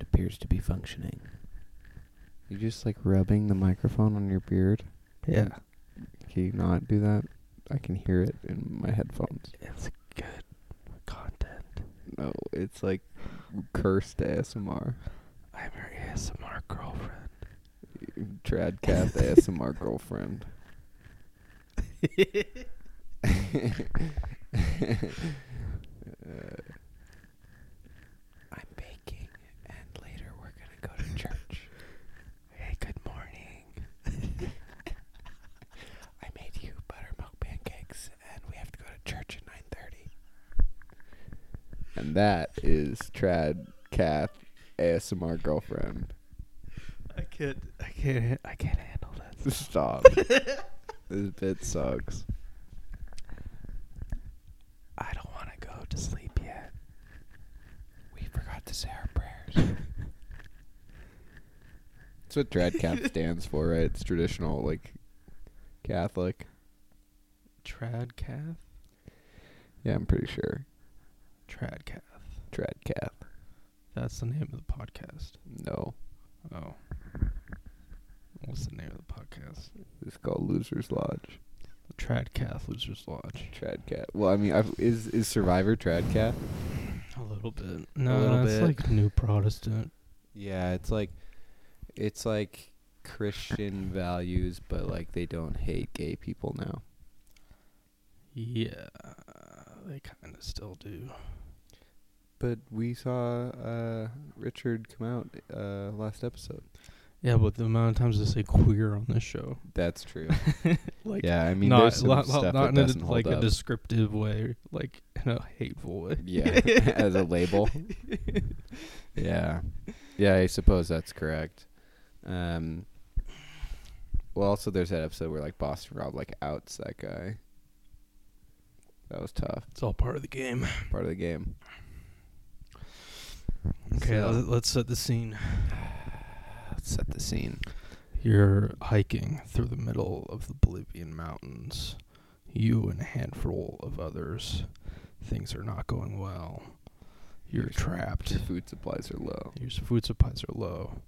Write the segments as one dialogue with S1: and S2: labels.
S1: appears to be functioning.
S2: You just like rubbing the microphone on your beard.
S1: Yeah.
S2: Can you not do that? I can hear it in my headphones.
S1: It's good content.
S2: No, it's like cursed ASMR.
S1: I'm her ASMR girlfriend.
S2: Tradcast ASMR girlfriend.
S1: I'm baking, and later we're gonna go to church. hey, good morning. I made you buttermilk pancakes, and we have to go to church at nine thirty.
S2: And that is Tradcast ASMR girlfriend.
S1: I can't. I can't. I can't handle this.
S2: Stop. this bit sucks.
S1: I don't want to go to sleep yet. We forgot to say our prayers.
S2: That's what Tradcast stands for, right? It's traditional, like Catholic.
S1: Tradcath.
S2: Yeah, I'm pretty sure.
S1: Tradcath.
S2: Tradcast.
S1: That's the name of the podcast.
S2: No,
S1: Oh. What's the name of the podcast?
S2: it's called Losers Lodge.
S1: Tradcath Losers Lodge.
S2: Tradcat. Well, I mean, I've, is is Survivor Tradcat?
S1: A little bit.
S2: A
S1: No,
S2: little
S1: that's
S2: bit.
S1: like New Protestant.
S2: Yeah, it's like, it's like Christian values, but like they don't hate gay people now.
S1: Yeah, they kind of still do.
S2: But we saw uh, Richard come out uh, last episode.
S1: Yeah, but the amount of times they say queer on this show,
S2: That's true.
S1: like,
S2: yeah, I mean,
S1: not,
S2: there's some
S1: lo- lo-
S2: stuff
S1: not
S2: that
S1: in a,
S2: doesn't
S1: d-
S2: hold
S1: like
S2: up.
S1: a descriptive way, like in a hateful way.
S2: yeah, as a label. yeah, yeah, I suppose that's correct. Um, well, also there's that episode where like Boston Rob like outs that guy. That was tough.
S1: It's all part of the game.
S2: Part of the game.
S1: Okay,
S2: So-
S1: let- let's set the scene.
S2: Let's set the scene.
S1: You're hiking through the middle of the Bolivian mountains. You and a handful of others. Things are not going well. You're
S2: Your-
S1: trapped.
S2: Your food supplies are low.
S1: Your s- food supplies are low.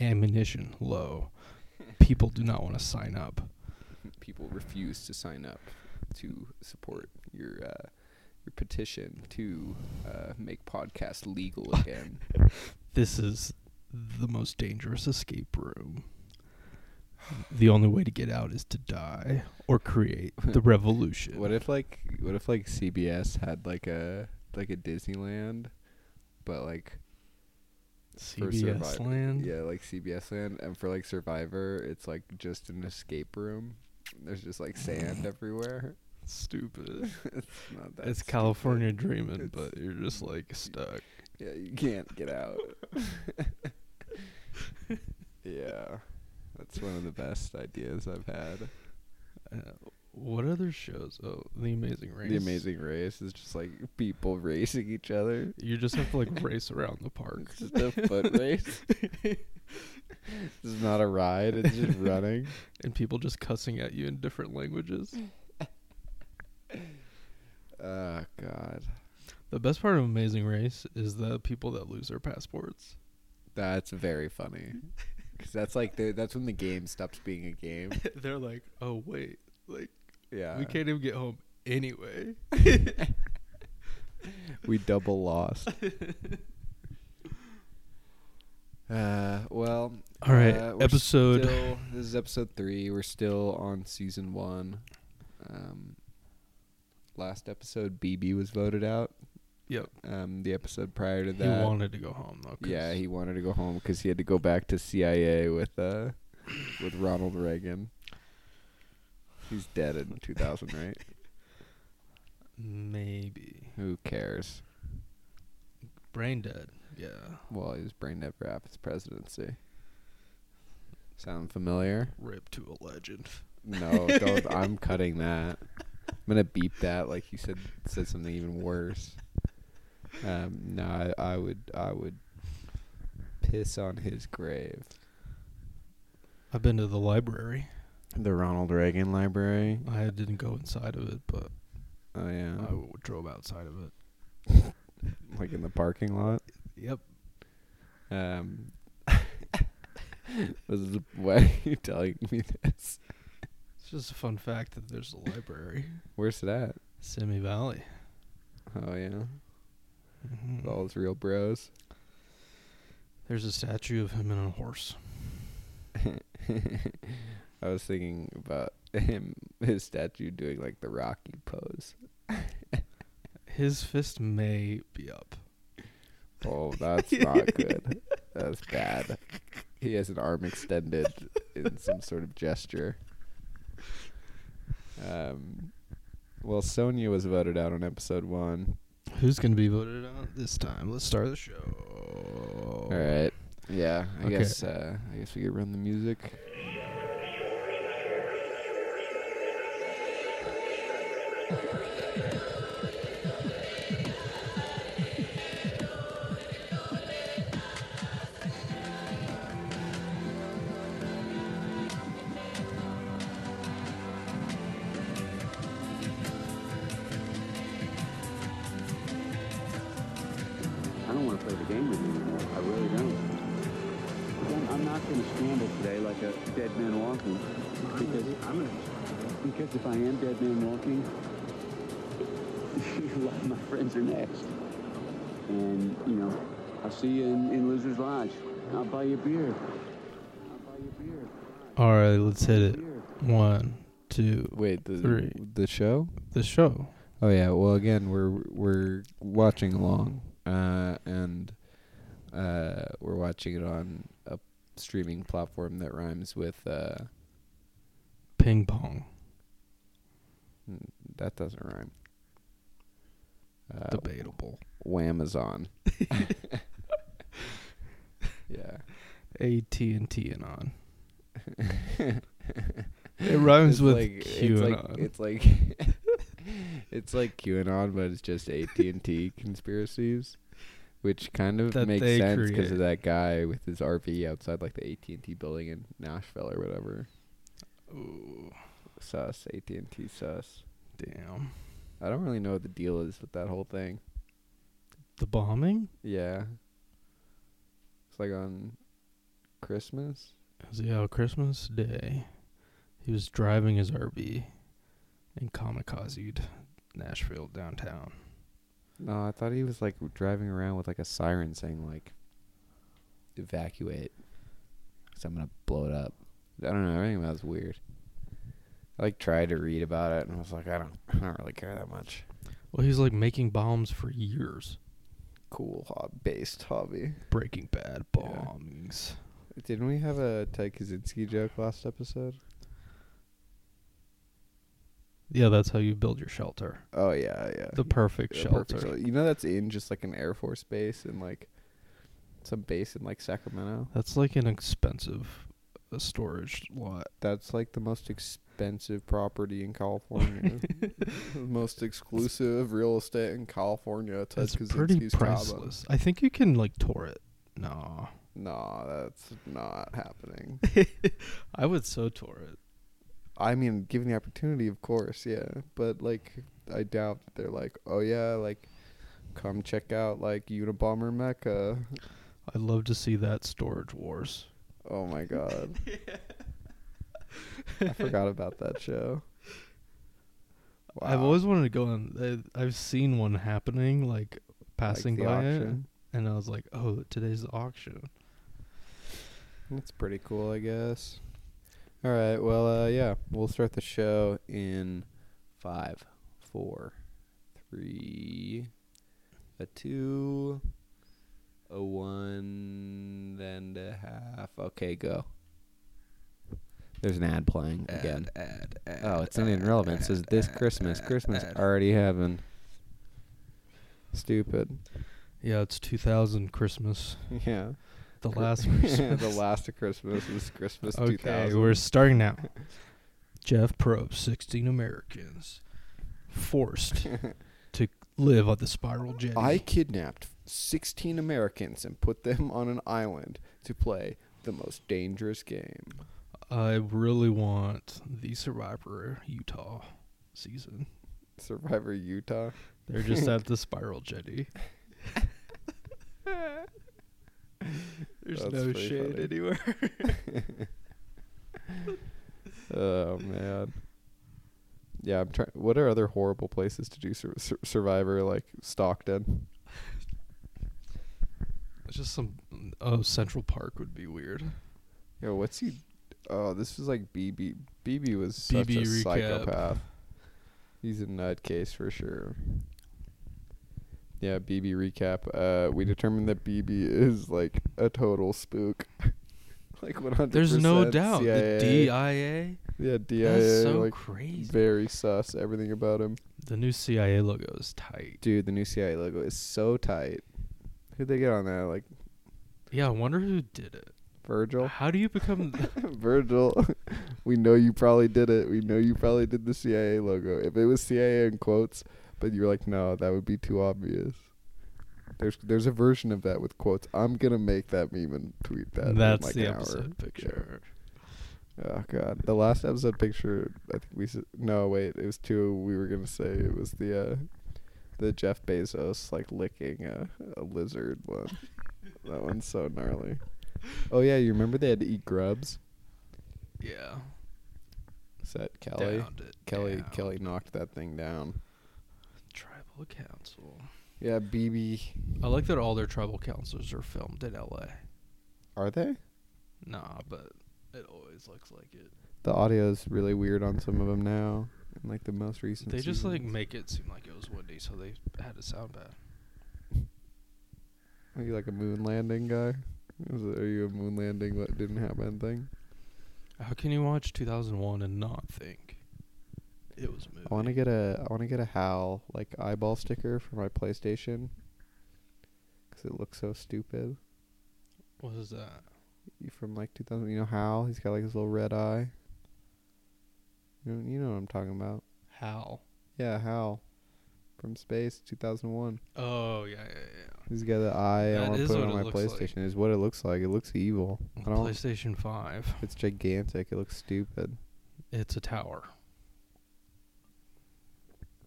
S1: Ammunition low. People do not want to sign up.
S2: People refuse to sign up to support your uh, your petition to uh, make podcast legal again.
S1: This is the most dangerous escape room. The only way to get out is to die or create the revolution.
S2: What if like what if like CBS had like a like a Disneyland, but like for
S1: CBS
S2: Survivor.
S1: land?
S2: yeah like CBS Land, and for like Survivor, it's like just an escape room. There's just like sand everywhere.
S1: Stupid.
S2: it's not that.
S1: it's
S2: stupid.
S1: California dreaming,
S2: It's-
S1: but you're just like stuck.
S2: Yeah, you can't get out. yeah, that's one of the best ideas I've had.
S1: Uh, what other shows? Oh, The Amazing Race.
S2: The Amazing Race is just like people racing each other.
S1: You just have to like race around the park.
S2: It's just a foot race. This is not a ride. It's just running.
S1: and people just cussing at you in different languages.
S2: Oh God,
S1: The best part of Amazing Race is the people that lose their passports.
S2: that's very funny. Cause that's like the, that's when the game stops being a game.
S1: They're like, "Oh wait, like
S2: Yeah,
S1: we can't even get home anyway."
S2: We double lost. uh, well.
S1: All right,
S2: uh, we're
S1: episode.
S2: Still, this is episode three. We're still on season one. Um, last episode, BB was voted out.
S1: Yep.
S2: Um, the episode prior to
S1: He
S2: that,
S1: wanted to go home though. 'cause-
S2: yeah, he wanted to go home because he had to go back to CIA with uh, with Ronald Reagan. He's dead in 2000, right?
S1: maybe
S2: Who cares?
S1: brain dead. Yeah,
S2: Well, his brain never after his presidency. Sound familiar?
S1: rip to a legend.
S2: No, don't. I'm cutting that. I'm gonna beep that. Like you said, said something even worse. Um, no, I, I would, I would piss on his grave.
S1: I've been to the library.
S2: The Ronald Reagan Library.
S1: I didn't go inside of it, but
S2: Oh yeah,
S1: I w- drove outside of it.
S2: like in the parking lot.
S1: Yep.
S2: Um, this is, why are you telling me this?
S1: It's just a fun fact that there's a library,
S2: Where's it at?
S1: Simi Valley.
S2: Oh yeah,
S1: Mhm.
S2: with all his real bros.
S1: There's a statue of him and a horse.
S2: I was thinking about him, his statue doing like the Rocky pose.
S1: His fist may be up.
S2: Oh, that's not good. That's bad. He has an arm extended in some sort of gesture. Um, well, Sonia was voted out on episode one.
S1: Who's gonna be voted out this time? Let's start the show.
S2: All right. Yeah, I
S1: Okay.
S2: guess uh, I guess we could run the music.
S3: I don't want to play the game with you anymore. I really don't. Again, I'm not going to stand it today like a dead man walking. Because I'm going to. Because if I am dead man walking, a lot of my friends are next. And you know, I'll see you in, in Loser's Lodge. I'll buy you a beer. I'll buy you a beer.
S1: All right, let's hit it.
S3: Beer.
S1: One, two.
S2: Wait, the
S1: Three.
S2: the show?
S1: The show.
S2: Oh yeah. Well, again, we're we're watching along, uh, and uh, we're watching it on a streaming platform that rhymes with. Uh,
S1: Ping pong.
S2: Mm, That doesn't rhyme. Uh,
S1: Debatable.
S2: Whamazon. yeah.
S1: AT and T and on. It rhymes
S2: It's
S1: with
S2: like-
S1: QAnon.
S2: It's like it's like, it's like QAnon, but it's just AT and T conspiracies, which kind of
S1: That
S2: makes
S1: they
S2: sense because
S1: create.
S2: of that guy with his RV outside like the AT and T building in Nashville or whatever.
S1: Ooh,
S2: Sus AT and T sus.
S1: damn.
S2: I don't really know what the deal is with that whole thing.
S1: The bombing?
S2: Yeah. It's like on Christmas.
S1: So yeah, Christmas Day, he was driving his RV and kamikazed Nashville downtown.
S2: No, I thought he was like driving around with like a siren saying like evacuate cuz I'm going to blow it up. I don't know, everything about it's weird. I like tried to read about it and I was like I don't I don't really care that much.
S1: Well, he was like making bombs for years.
S2: Cool hob based hobby.
S1: Breaking Bad
S2: Yeah.
S1: bombs.
S2: Didn't we have a Ted Kaczynski joke last episode?
S1: Yeah, that's how you build your shelter.
S2: Oh yeah, yeah.
S1: The perfect
S2: Yeah,
S1: shelter.
S2: perfect shelter. You know that's in just like an Air Force base and like some base in like Sacramento.
S1: That's like an expensive uh, storage lot.
S2: That's like the most expensive property in California. The most exclusive real estate in California. Ted
S1: That's pretty
S2: Kaczynski's Cabo.
S1: priceless. I think you can like tour it. No,
S2: No, that's not happening.
S1: I would so tour it.
S2: I mean, given the opportunity, of course, yeah. But like, I doubt that they're like, oh yeah, like, come check out like Unabomber Mecca.
S1: I'd love to see that storage wars.
S2: Oh my god. I forgot about that show.
S1: I've always wanted to go on. I- I've seen one happening, like passing
S2: the
S1: by
S2: auction.
S1: it, and I was like, "Oh, today's the auction."
S2: That's pretty cool, I guess. All right. Well, uh, yeah, we'll start the show in five, four, three, a two, a one and a half. Okay, go. There's an ad playing again. oh, it's an irrelevant. It says this Christmas. Christmas already happened. Stupid.
S1: Yeah, it's 2000 Christmas.
S2: Yeah.
S1: The
S2: Cri-
S1: last Christmas.
S2: the last of Christmas is Christmas
S1: Okay,
S2: 2000.
S1: we're starting now. Jeff Probst, 16 Americans forced to live on the spiral jetty.
S2: I kidnapped 16 Americans and put them on an island to play the most dangerous game.
S1: I really want the Survivor Utah season.
S2: Survivor Utah.
S1: They're just at the spiral jetty. There's
S2: That's
S1: no
S2: pretty
S1: shade
S2: funny.
S1: anywhere.
S2: oh man. Yeah, I'm trying. What are other horrible places to do sur- sur- Survivor like Stockton?
S1: It's just some. Oh, Central Park would be weird.
S2: Yo, what's he? Oh, this was like BB. BB was such
S1: BB
S2: a
S1: recap.
S2: psychopath. He's a nutcase for sure. Yeah, BB recap. Uh, we determined that BB is like a total spook. like 100.
S1: There's no doubt.
S2: CIA.
S1: The DIA.
S2: Yeah, DIA.
S1: That's so
S2: like
S1: crazy.
S2: very sus. Everything about him.
S1: The new CIA logo is tight.
S2: Dude, the new CIA logo is so tight. Who'd they get on that? Like
S1: Yeah, I wonder who did it.
S2: Virgil?
S1: How do you become? th-
S2: Virgil, we know you probably did it. We know you probably did the CIA logo. If it was CIA in quotes, but you were like, no, that would be too obvious. There's there's a version of that with quotes. I'm gonna make that meme and tweet that. in,
S1: That's
S2: like,
S1: the
S2: an hour.
S1: episode picture.
S2: Oh god, the last episode picture. I think we s no wait. It was two. We were gonna say it was the uh, the Jeff Bezos like licking a, a lizard one. that one's so gnarly. Oh yeah, you remember they had to eat grubs?
S1: Yeah.
S2: Is that Kelly?
S1: Downed it
S2: Kelly
S1: down.
S2: Kelly knocked that thing down.
S1: Tribal council.
S2: Yeah, BB.
S1: I like that all their tribal councils are filmed in L.A.
S2: Are they?
S1: Nah, but it always looks like it.
S2: The audio's really weird on some of them now. And like the most recent.
S1: They just like
S2: seasons.
S1: make it seem like it was windy, so they had to sound bad.
S2: Are you like a moon landing guy? Is it- are you a moon landing what didn't happen thing?
S1: How can you watch 2001 and not think it was a movie?
S2: I want to get a I want to get a Hal like eyeball sticker for my PlayStation because it looks so stupid.
S1: What is that?
S2: You from like 2000? You know Hal? He's got like his little red eye. You know, you know what I'm talking about?
S1: How?
S2: Yeah, Hal from space 2001.
S1: Oh yeah, yeah,
S2: He's got the eye.
S1: That
S2: I want to
S1: is
S2: put it
S1: what
S2: on
S1: it
S2: my
S1: looks like.
S2: PlayStation. Is what it looks like. It looks evil.
S1: yeah.
S2: I don't.
S1: PlayStation Five.
S2: It's gigantic. It looks stupid.
S1: It's a tower.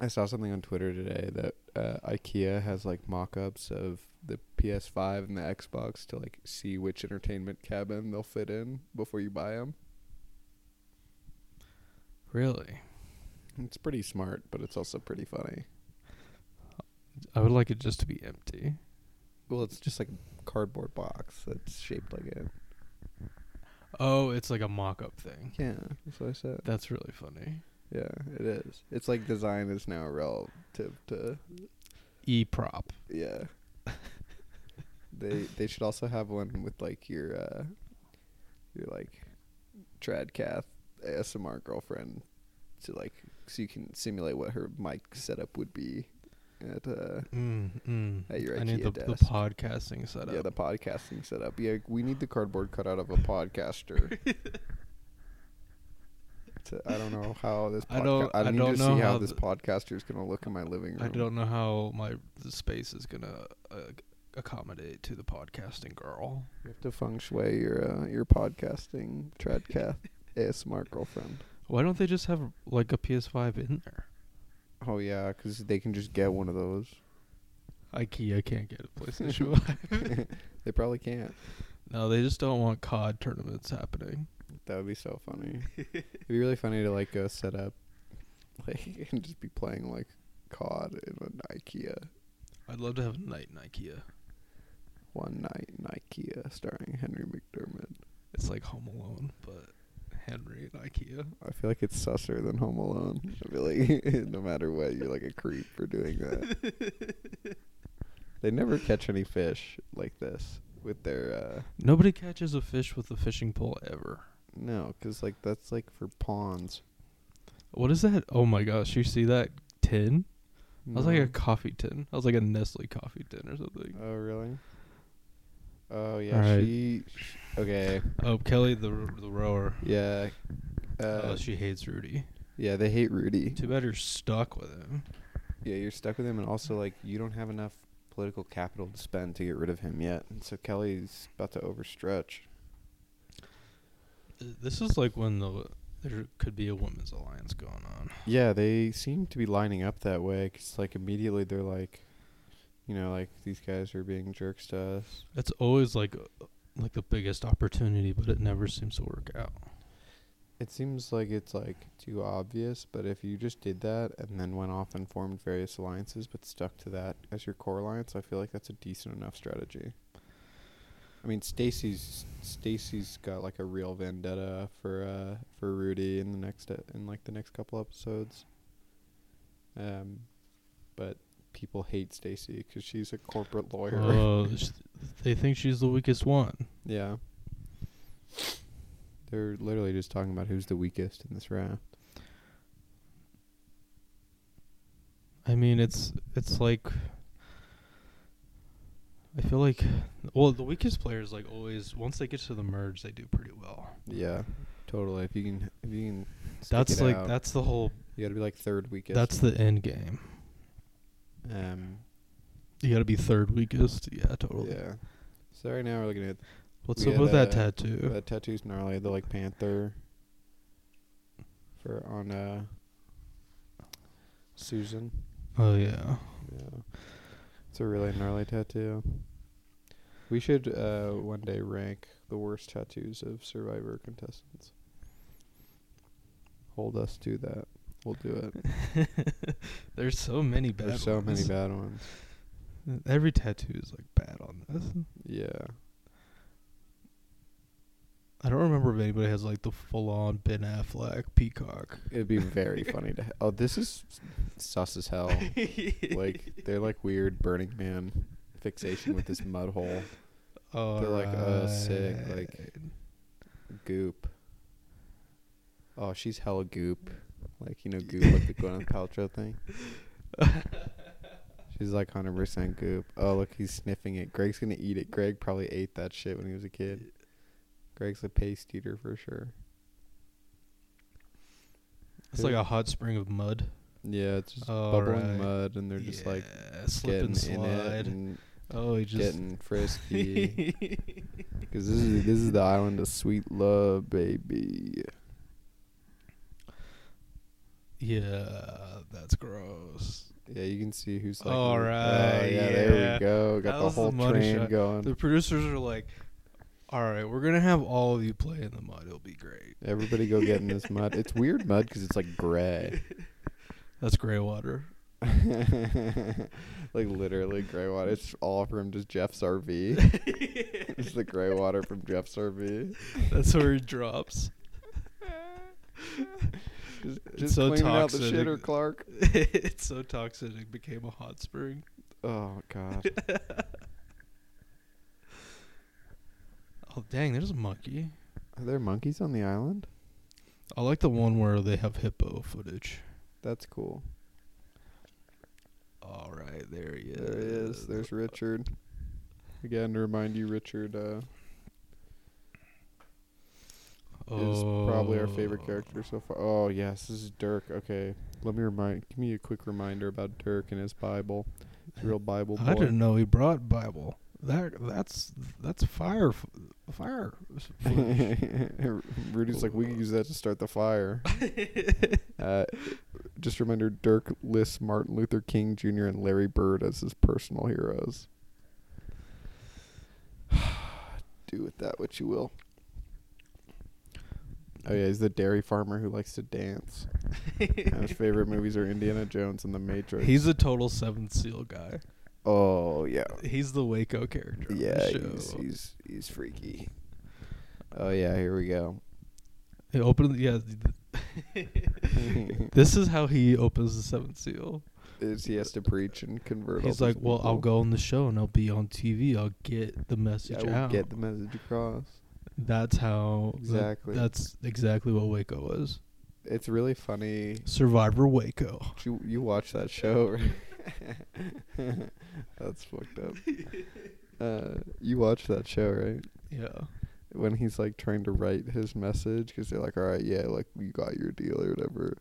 S2: I saw something on Twitter today that uh, IKEA has like mock-ups of the PS5 and the Xbox to like see which entertainment cabin they'll fit in before you buy them.
S1: Really?
S2: It's pretty smart, but it's also pretty funny.
S1: I would like it just to be empty.
S2: Well, it's just like a cardboard box that's shaped like it.
S1: Oh, it's like a mock-up thing.
S2: Yeah, that's what I said.
S1: That's really funny.
S2: Yeah, it is. It's like design is now relative to
S1: E prop.
S2: Yeah. they they should also have one with like your uh your like tradcath ASMR girlfriend to like so you can simulate what her mic setup would be at uh
S1: Mm, mm.
S2: At your
S1: I need the,
S2: IKEA
S1: the
S2: desk.
S1: podcasting setup.
S2: yeah the podcasting setup. Yeah, we need the cardboard cutout of a podcaster. to, I don't know how this.
S1: I don't-
S2: I
S1: I
S2: need
S1: don't
S2: to
S1: know
S2: see how,
S1: how
S2: this
S1: the-
S2: podcaster is gonna look in my living room.
S1: I don't know how my the space is gonna uh, accommodate to the podcasting girl.
S2: You have to feng shui your uh, your podcasting tradcath ASMR girlfriend.
S1: Why don't they just have like a PS5 in there?
S2: Oh yeah, because they can just get one of those.
S1: IKEA can't get a PlayStation 5.
S2: They probably can't.
S1: No, they just don't want COD tournaments happening.
S2: That would be so funny. It'd be really funny to like go set up, like and just be playing like COD in an IKEA
S1: I'd love to have a night in IKEA.
S2: one night in IKEA starring Henry McDermott.
S1: It's like Home Alone, but Henry and IKEA.
S2: I feel like it's susser than Home Alone. I feel like no matter what, you're like a creep for doing that. they never catch any fish like this with their uh
S1: Nobody catches a fish with a fishing pole ever.
S2: no, because like that's like for pawns.
S1: What is that? Oh my gosh, you see that tin? That was like
S2: No.
S1: a coffee tin. That was like a Nestle coffee tin or something.
S2: Oh really? Oh yeah,
S1: Alright.
S2: she, sh Okay,
S1: Oh, Kelly, the r- the rower.
S2: yeah, uh,
S1: oh, she hates Rudy.
S2: yeah. They hate Rudy.
S1: Too bad you're stuck with him.
S2: Yeah, you're stuck with him, and also like you don't have enough political capital to spend to get rid of him yet. And so Kelly's about to overstretch.
S1: Th- This is like when the there could be a women's alliance going on.
S2: Yeah, they seem to be lining up that way because like immediately they're like, you know, like these guys are being jerks to us.
S1: It's always like like the biggest opportunity, but it never seems to work out.
S2: It seems like it's like too obvious, but if you just did that and then went off and formed various alliances but stuck to that as your core alliance, I feel like that's a decent enough strategy. I mean, Stacy's Stacy's got like a real vendetta for uh for Rudy in the next e- in like the next couple episodes. Um but people hate Stacy cuz she's a corporate lawyer.
S1: Oh, sh- they think she's the weakest one.
S2: Yeah. They're literally just talking about who's the weakest in this round.
S1: I mean, it's it's like I feel like well, the weakest players like always once they get to the merge, they do pretty well.
S2: Yeah, totally. If you can, if you can, stick
S1: That's
S2: it
S1: like
S2: out,
S1: that's the whole
S2: You got to be like third weakest.
S1: that's the end game.
S2: um,
S1: You got to be third weakest. Yeah, totally.
S2: yeah. So right now we're looking at
S1: What's
S2: We
S1: up
S2: had
S1: with that
S2: a-
S1: tattoo?
S2: the tattoos gnarly. The like panther for on uh Susan.
S1: oh yeah.
S2: Yeah, it's a really gnarly tattoo. We should uh one day rank the worst tattoos of Survivor contestants. Hold us to that. We'll do it.
S1: There's so many bad.
S2: There's so many
S1: ones.
S2: bad ones.
S1: Every tattoo is like bad on this.
S2: Yeah.
S1: I don't remember if anybody has like the full on Ben Affleck peacock.
S2: It'd be very funny to. Ha- oh, this is sus as hell. like they're like weird Burning Man fixation with this mud hole
S1: Oh,
S2: like, uh, sick, like- goop. Oh, she's hella goop. Like you know goop, like the Gwyneth Paltrow thing. She's like hundred percent goop. Oh look, he's sniffing it. Greg's gonna eat it. Greg probably ate that shit when he was a kid. Greg's a paste eater for sure.
S1: it's like a hot spring of mud.
S2: Yeah, it's just
S1: All
S2: bubbling
S1: right.
S2: mud, and they're just like
S1: Yeah, slip
S2: getting
S1: and
S2: in it
S1: slide.
S2: and
S1: oh, he just
S2: getting frisky. Cause this is this is the island of sweet love, baby.
S1: yeah, that's gross.
S2: Yeah, you can see who's like.
S1: All
S2: oh,
S1: right,
S2: yeah, there
S1: yeah.
S2: we go.
S1: That
S2: Got the
S1: was the
S2: whole
S1: money
S2: train
S1: shot.
S2: going.
S1: The producers are like, "All right, we're gonna have all of you play in the mud. It'll be great.
S2: Everybody go get in this mud. It's weird mud because it's like gray,
S1: That's gray water."
S2: like literally gray water. It's all from just Jeff's RV. it's the gray water from Jeff's RV.
S1: That's where he drops.
S2: Just,
S1: It's
S2: just
S1: so
S2: cleaning out the
S1: toxic.
S2: shitter, Clark.
S1: it's so toxic it became a hot spring.
S2: Oh God.
S1: Oh dang, there's a monkey.
S2: Are there monkeys on the island?
S1: I like the one where they have hippo footage.
S2: That's cool.
S1: All right, there he is.
S2: There he is. There's Richard. Again, to remind you, Richard uh, is probably our favorite
S1: Oh.
S2: character so far. Oh yes, this is Dirk. Okay, let me remind. Give me a quick reminder about Dirk and his Bible. He's a real Bible boy.
S1: I didn't know he brought Bible. That that's that's fire f- fire. footage.
S2: Rudy's like, we could use that to start the fire. uh, just reminder: Dirk lists Martin Luther King Jr. and Larry Bird as his personal heroes. Do with that what you will. Oh yeah, he's the dairy farmer who likes to dance. And his favorite movies are Indiana Jones and The Matrix.
S1: He's a total Seventh Seal guy.
S2: oh yeah,
S1: He's the Waco character. on the
S2: yeah,
S1: show.
S2: he's, he's he's freaky. Oh yeah, here we go.
S1: He opened. Yeah, th- this is how he opens the Seventh Seal.
S2: Is he has to preach and convert. all
S1: He's like,
S2: these
S1: "Well, I'll
S2: people.
S1: go on the show and I'll be on TV. I'll get the message
S2: I will
S1: out."
S2: get the message across.
S1: That's how. that-
S2: Exactly.
S1: that's exactly what Waco was.
S2: It's really funny.
S1: Survivor Waco.
S2: You you watch that show? right? That's fucked up. Uh, you watch that show, right?
S1: Yeah.
S2: When he's like trying to write his message, because they're like, "All right, yeah, like you got your deal or whatever."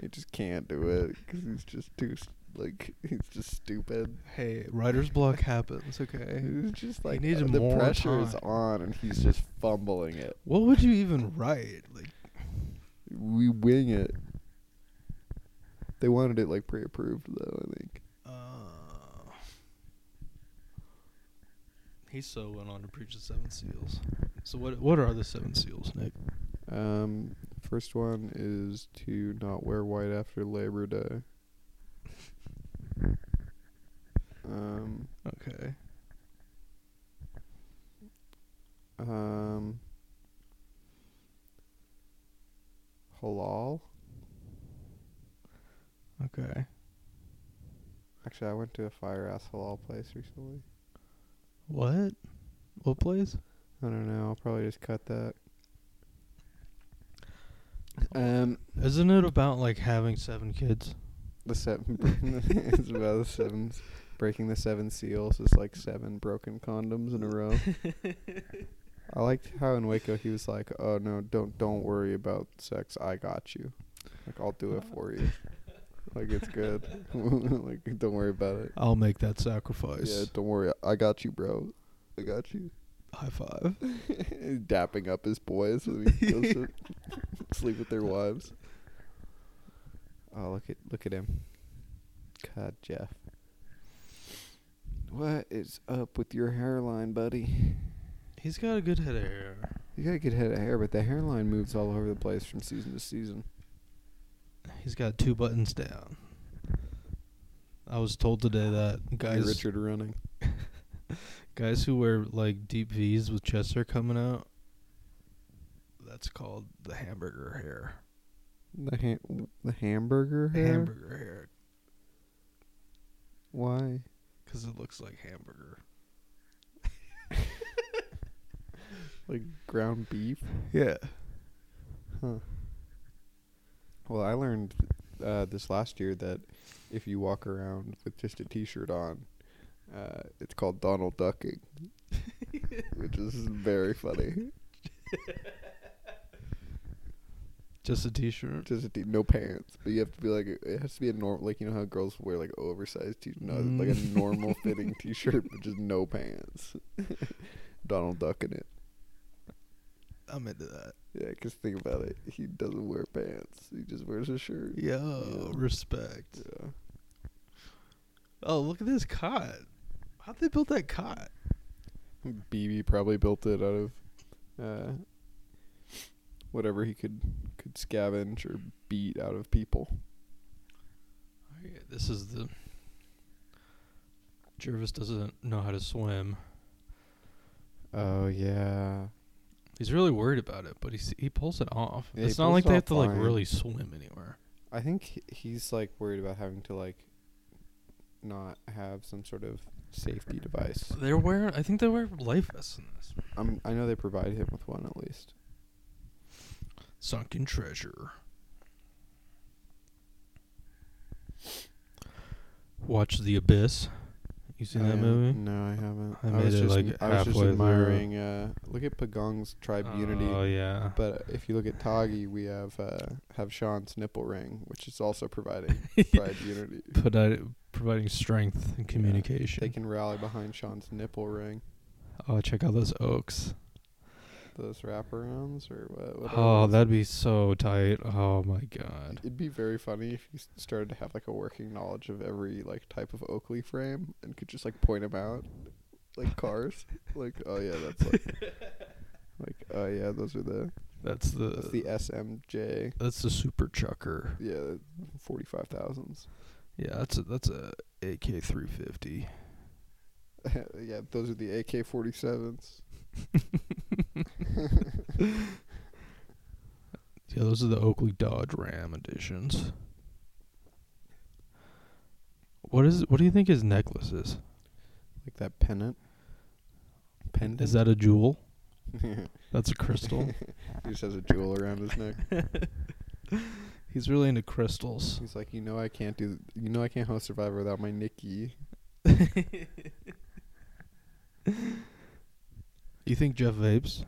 S2: He just can't do it because he's just too s- like he's just stupid.
S1: Hey, writer's block happens. Okay.
S2: He's just
S1: He
S2: like
S1: needed
S2: the
S1: more
S2: pressure is
S1: time.
S2: on, and he's just fumbling it.
S1: What would you even write? Like,
S2: We wing it. They wanted it like pre-approved though, I think.
S1: uh, He so went on to preach the seven seals. So what what are the seven seals, Nick?
S2: Um, first one is to not wear white after Labor Day. Um,
S1: Okay.
S2: um, halal.
S1: Okay.
S2: Actually, I went to a fire ass halal place recently.
S1: What? What place?
S2: I don't know. I'll probably just cut that.
S4: Um,
S1: Isn't it about like having seven kids?
S2: The seven. it's about the seven. Breaking the seven seals is like seven broken condoms in a row. I liked how in Waco he was like, "Oh no, don't don't worry about sex. I got you. Like I'll do it for you. like it's good. like don't worry about it.
S1: I'll make that sacrifice.
S2: Yeah, don't worry. I got you, bro. I got you."
S1: High five.
S2: Dapping up his boys so he goes to sleep with their wives. Oh look at look at him. God, Jeff. What is up with your hairline, buddy?
S1: He's got a good head of hair.
S2: You gotta get head of hair, but the hairline moves all over the place from season to season.
S1: He's got two buttons down. I was told today that guys
S2: Richard running.
S1: guys who wear like deep V's with chest hair coming out, that's called the hamburger hair.
S2: The ha- the hamburger hair.
S1: Hamburger hair,
S2: Why?
S1: because it looks like hamburger.
S2: Like ground beef.
S1: Yeah.
S2: Well, I learned uh, this last year that if you walk around with just a T-shirt on, uh, it's called Donald ducking, which is very funny.
S1: Just a t-shirt.
S2: Just a t- no pants, but you have to be like it has to be a normal like you know how girls wear like oversized t no like a
S1: Mm.
S2: normal fitting T-shirt, but just no pants. Donald ducking it.
S1: I'm into that.
S2: Yeah, 'cause think about it. He doesn't wear pants. He just wears a shirt.
S1: Yo,
S2: Yeah.
S1: respect.
S2: Yeah.
S1: Oh, look at this cot. How'd they build that cot?
S2: BB probably built it out of uh, whatever he could could scavenge or beat out of people.
S1: Alright, This is the Jervis doesn't know how to swim.
S2: Oh yeah.
S1: He's really worried about it, but he he pulls it off.
S2: Yeah, he
S1: it's not
S2: pulls
S1: like
S2: it off
S1: they have to like
S2: fine.
S1: really swim anywhere.
S2: I think he- he's like worried about having to like not have some sort of safety device.
S1: They're wearing. I think they wear life vests in this.
S2: I'm, I know they provide him with one at least.
S1: Sunken treasure. Watch the abyss. You seen
S2: I
S1: that
S2: haven't-
S1: movie?
S2: Um, No, I haven't.
S1: I
S2: I,
S1: made
S2: was
S1: it,
S2: just
S1: like,
S2: I was just
S1: halfway through.
S2: admiring. Uh, look at Pagong's tribe unity.
S1: Oh yeah.
S2: But if you look at Toggy, we have uh, have Sean's nipple ring, which is also providing pride unity.
S1: But I, uh, providing strength and communication.
S2: They can rally behind Sean's nipple ring.
S1: oh, check out those oaks.
S2: Those wraparounds or what? what are
S1: Oh,
S2: those?
S1: that'd be so tight. Oh my god.
S2: It'd be very funny if you s- started to have like a working knowledge of every like type of Oakley frame and could just like point them out, like cars. like oh yeah, that's like, like oh yeah, those are the
S1: That's the
S2: that's the SMJ.
S1: that's the super chucker.
S2: Yeah, forty five thousands.
S1: Yeah, that's a, that's a AK three fifty.
S2: yeah, those are the AK forty sevens.
S1: Yeah, those are the Oakley Dodge Ram editions. What is? What do you think his necklace is?
S2: Like that pennant. Pendant.
S1: Is that a jewel?
S2: he
S1: That's a crystal.
S2: just has a jewel around his neck.
S1: He's really into crystals.
S2: He's like, you know, I can't do. You know, I can't host Survivor without my Nikki.
S1: You think Jeff vapes?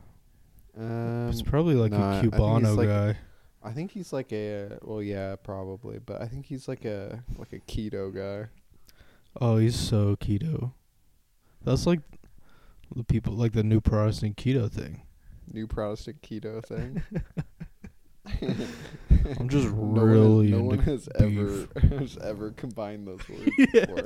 S2: Um,
S1: He's probably like
S2: nah, I
S1: a
S2: think he's
S1: Cubano
S2: like-
S1: guy.
S2: I think he's like a. uh, Well, yeah, probably, but I think he's like a like a keto guy.
S1: Oh, he's so keto. That's like the people like the new Protestant keto thing.
S2: New Protestant keto thing.
S1: I'm just
S2: No one has-
S1: really
S2: no one
S1: into
S2: has
S1: beef.
S2: ever has ever combined those words before.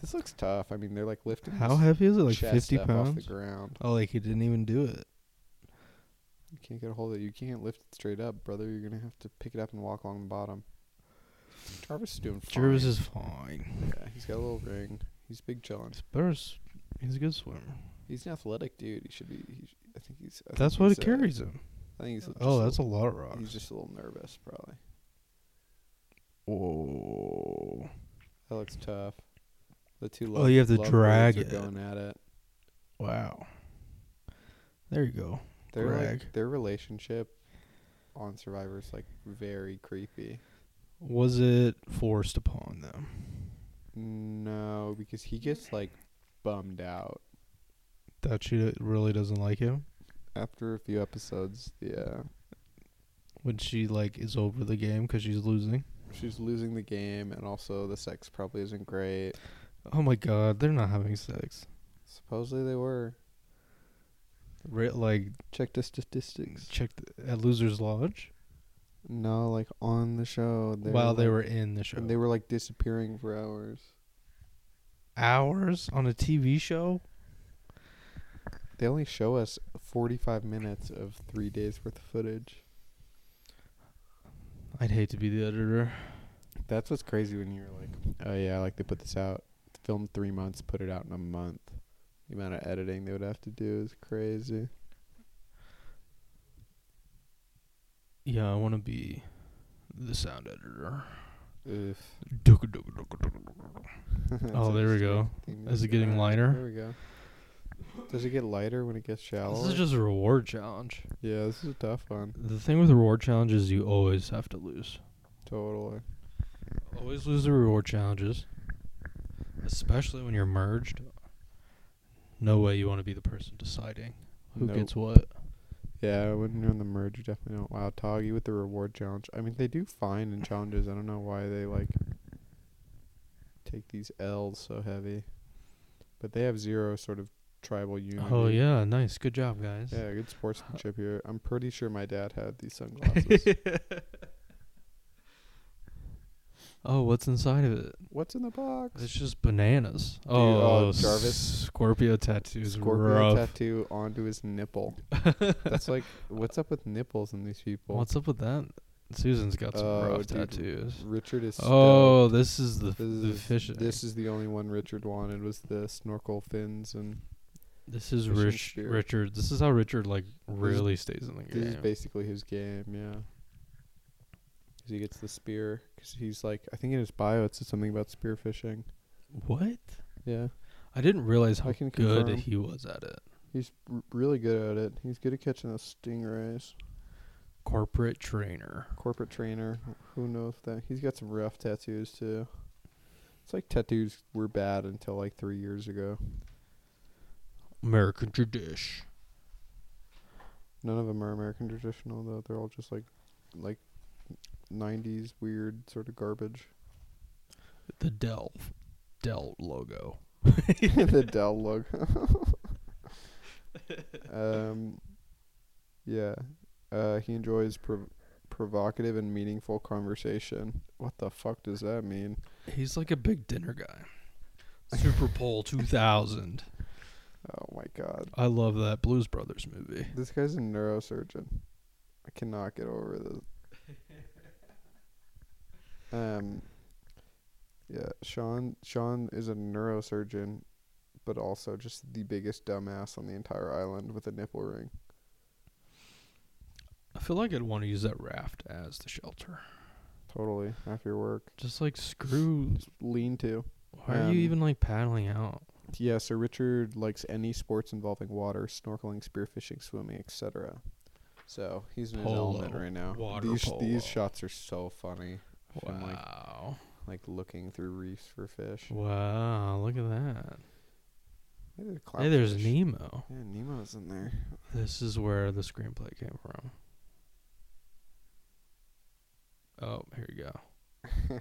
S2: This looks tough. I mean, they're like lifting
S1: How
S2: his
S1: heavy is it? Like
S2: chest
S1: 50
S2: up off the
S1: pounds?
S2: ground.
S1: Oh, like he didn't even do it.
S2: You can't get a hold of it. You can't lift it straight up, brother. You're gonna have to pick it up and walk along the bottom. Jarvis is doing fine.
S1: Jervis is fine.
S2: yeah, he's got a little ring. He's big chillin'.
S1: He's better. s- He's a good swimmer.
S2: He's an athletic dude. He should be. He sh- I think he's. I
S1: That's
S2: think
S1: what
S2: he's,
S1: it carries him.
S2: Uh, I think he's. just
S1: Oh, that's a
S2: little,
S1: lot of rocks.
S2: He's just a little nervous, probably.
S1: Whoa.
S2: That looks tough. The two.
S1: Oh, you have to
S2: lovebirds
S1: drag
S2: are
S1: it.
S2: Going at it.
S1: Wow. There you go.
S2: Their
S1: Greg.
S2: like their relationship on Survivor is like very creepy.
S1: Was it forced upon them?
S2: No, because he gets like bummed out
S1: That she really doesn't like him?
S2: after a few episodes. Yeah,
S1: When she like is over the game because she's losing?
S2: she's losing the game, and also the sex probably isn't great.
S1: Oh my god, they're not having sex.
S2: Supposedly they were.
S1: Re- like
S2: Check the statistics.
S1: checked at Loser's Lodge
S2: No, like on the show. They
S1: while they
S2: like-
S1: were in the show.
S2: And they were like disappearing for hours.
S1: hours on a TV show.
S2: They only show us 45 minutes of three days worth of footage.
S1: I'd hate to be the editor.
S2: That's what's crazy when you're like, oh yeah, like they put this out, filmed three months, put it out in a month. The amount of editing they would have to do is crazy.
S1: Yeah, I want to be the sound editor.
S2: Oof.
S1: Oh, there we go. Is it getting lighter?
S2: There we go. Does it get lighter when it gets shallow?
S1: This is just a reward challenge.
S2: yeah, this is a tough one.
S1: The thing with reward challenges, you always have to lose.
S2: Totally.
S1: Always lose the reward challenges, especially when you're merged. No way you want to be the person deciding who
S2: Nope.
S1: gets what.
S2: Yeah, when you're on the merge, you definitely don't. Wow, Toggy with the reward challenge. I mean, they do fine in challenges. I don't know why they like take these L's so heavy, but they have zero sort of tribal unity.
S1: Oh yeah, nice, good job, guys.
S2: Yeah, good sportsmanship here. I'm pretty sure my dad had these sunglasses.
S1: Oh, what's inside of it?
S2: What's in the box?
S1: It's just bananas. oh,
S2: oh, Jarvis.
S1: Scorpio tattoos.
S2: Scorpio
S1: rough.
S2: tattoo onto his nipple. That's like, what's up with nipples in these people?
S1: What's up with that? Susan's got some
S2: Oh,
S1: rough
S2: dude.
S1: tattoos.
S2: Richard is.
S1: Oh,
S2: stoked.
S1: this is the
S2: this is,
S1: the fish.
S2: This is the only one Richard wanted was the snorkel fins and
S1: This is
S2: Fishing
S1: Rich
S2: spear.
S1: Richard. This is how Richard like really stays in the
S2: This is
S1: game.
S2: basically his game, yeah. 'Cause he gets the spear. Because he's like, I think in his bio it says something about spear fishing.
S1: what?
S2: Yeah.
S1: I didn't realize how
S2: I can
S1: good
S2: confirm.
S1: he was at it.
S2: He's r- really good at it. He's good at catching those stingrays.
S1: Corporate trainer.
S2: Corporate trainer. Who knows that? He's got some rough tattoos, too. It's like tattoos were bad until like three years ago.
S1: American tradition.
S2: None of them are American traditional, though. They're all just like, like 90s weird sort of garbage.
S1: The Dell Dell logo.
S2: the Dell logo. um, yeah, uh, he enjoys prov- provocative and meaningful conversation. What the fuck does that mean?
S1: He's like a big dinner guy. Super Bowl 2000.
S2: Oh my god,
S1: I love that Blues Brothers movie.
S2: this guy's a neurosurgeon. I cannot get over this. um, yeah, Sean. Sean is a neurosurgeon, but also just the biggest dumbass on the entire island with a nipple ring.
S1: I feel like I'd want to use that raft as the shelter.
S2: Totally half your work.
S1: Just like screw.
S2: Just lean to.
S1: Why are
S2: Um,
S1: you even like paddling out?
S2: Yeah, Sir Richard likes any sports involving water, snorkeling, spearfishing, swimming, etc. So he's in his element
S1: Polo.
S2: right now.
S1: Water
S2: these
S1: polo.
S2: these shots are so funny. of him, like
S1: Wow.
S2: like looking through reefs for fish.
S1: Wow, look at that.
S2: Maybe they're
S1: Hey, there's
S2: clownfish.
S1: Nemo.
S2: Yeah, Nemo's in there.
S1: This is where the screenplay came from. Oh, here you go.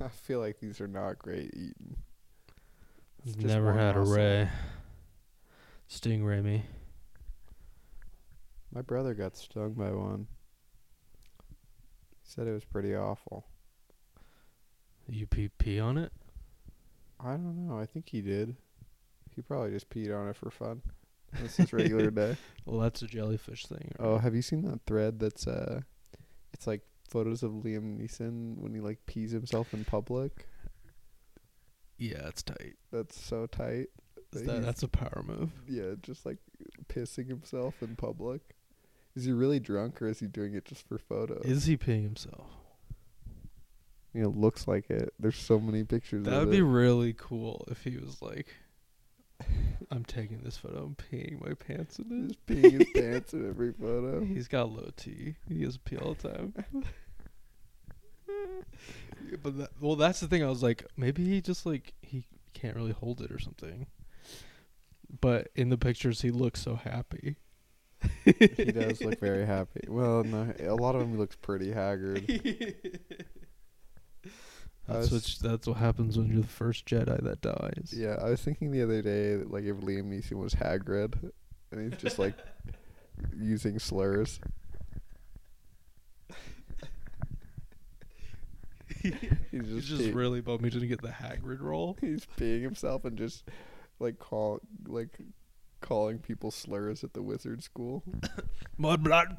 S2: I feel like these are not great eating. It's just
S1: Never
S2: one
S1: had a
S2: household.
S1: ray. Stingray me.
S2: My brother got stung by one. He said it was pretty awful.
S1: UPP on it?
S2: I don't know. I think he did. He probably just peed on it for fun. That's his regular day.
S1: Well, that's a jellyfish thing. right?
S2: Oh, have you seen that thread that's uh it's like photos of Liam Neeson when he like pees himself in public?
S1: yeah, it's tight.
S2: That's so tight.
S1: Is
S2: that
S1: that-
S2: he's-
S1: that's a power move.
S2: Yeah, just like pissing himself in public. Is he really drunk or is he doing it just for photos?
S1: Is he peeing himself?
S2: you know, looks like it. There's so many pictures
S1: That
S2: of
S1: would be
S2: it.
S1: really cool if he was like, I'm taking this photo, I'm peeing my pants in
S2: He's peeing his pants in every photo.
S1: it. He's got low T. He has pee all the time. Yeah, but that, well, that's the thing. I was like, maybe he just like he can't really hold it or something. But in the pictures, he looks so happy.
S2: he does look very happy. Well, no, a lot of him looks pretty haggard. I
S1: That's what
S2: was-
S1: sh- that's what happens when you're the first Jedi that dies.
S2: Yeah, I was thinking the other day that like if Liam Neeson was Hagrid, and he's just like using slurs. he's
S1: It's
S2: just,
S1: just
S2: pee-
S1: really bummed me didn't get the Hagrid role.
S2: he's peeing himself and just like call like calling people slurs at the wizard school.
S1: Mud blood.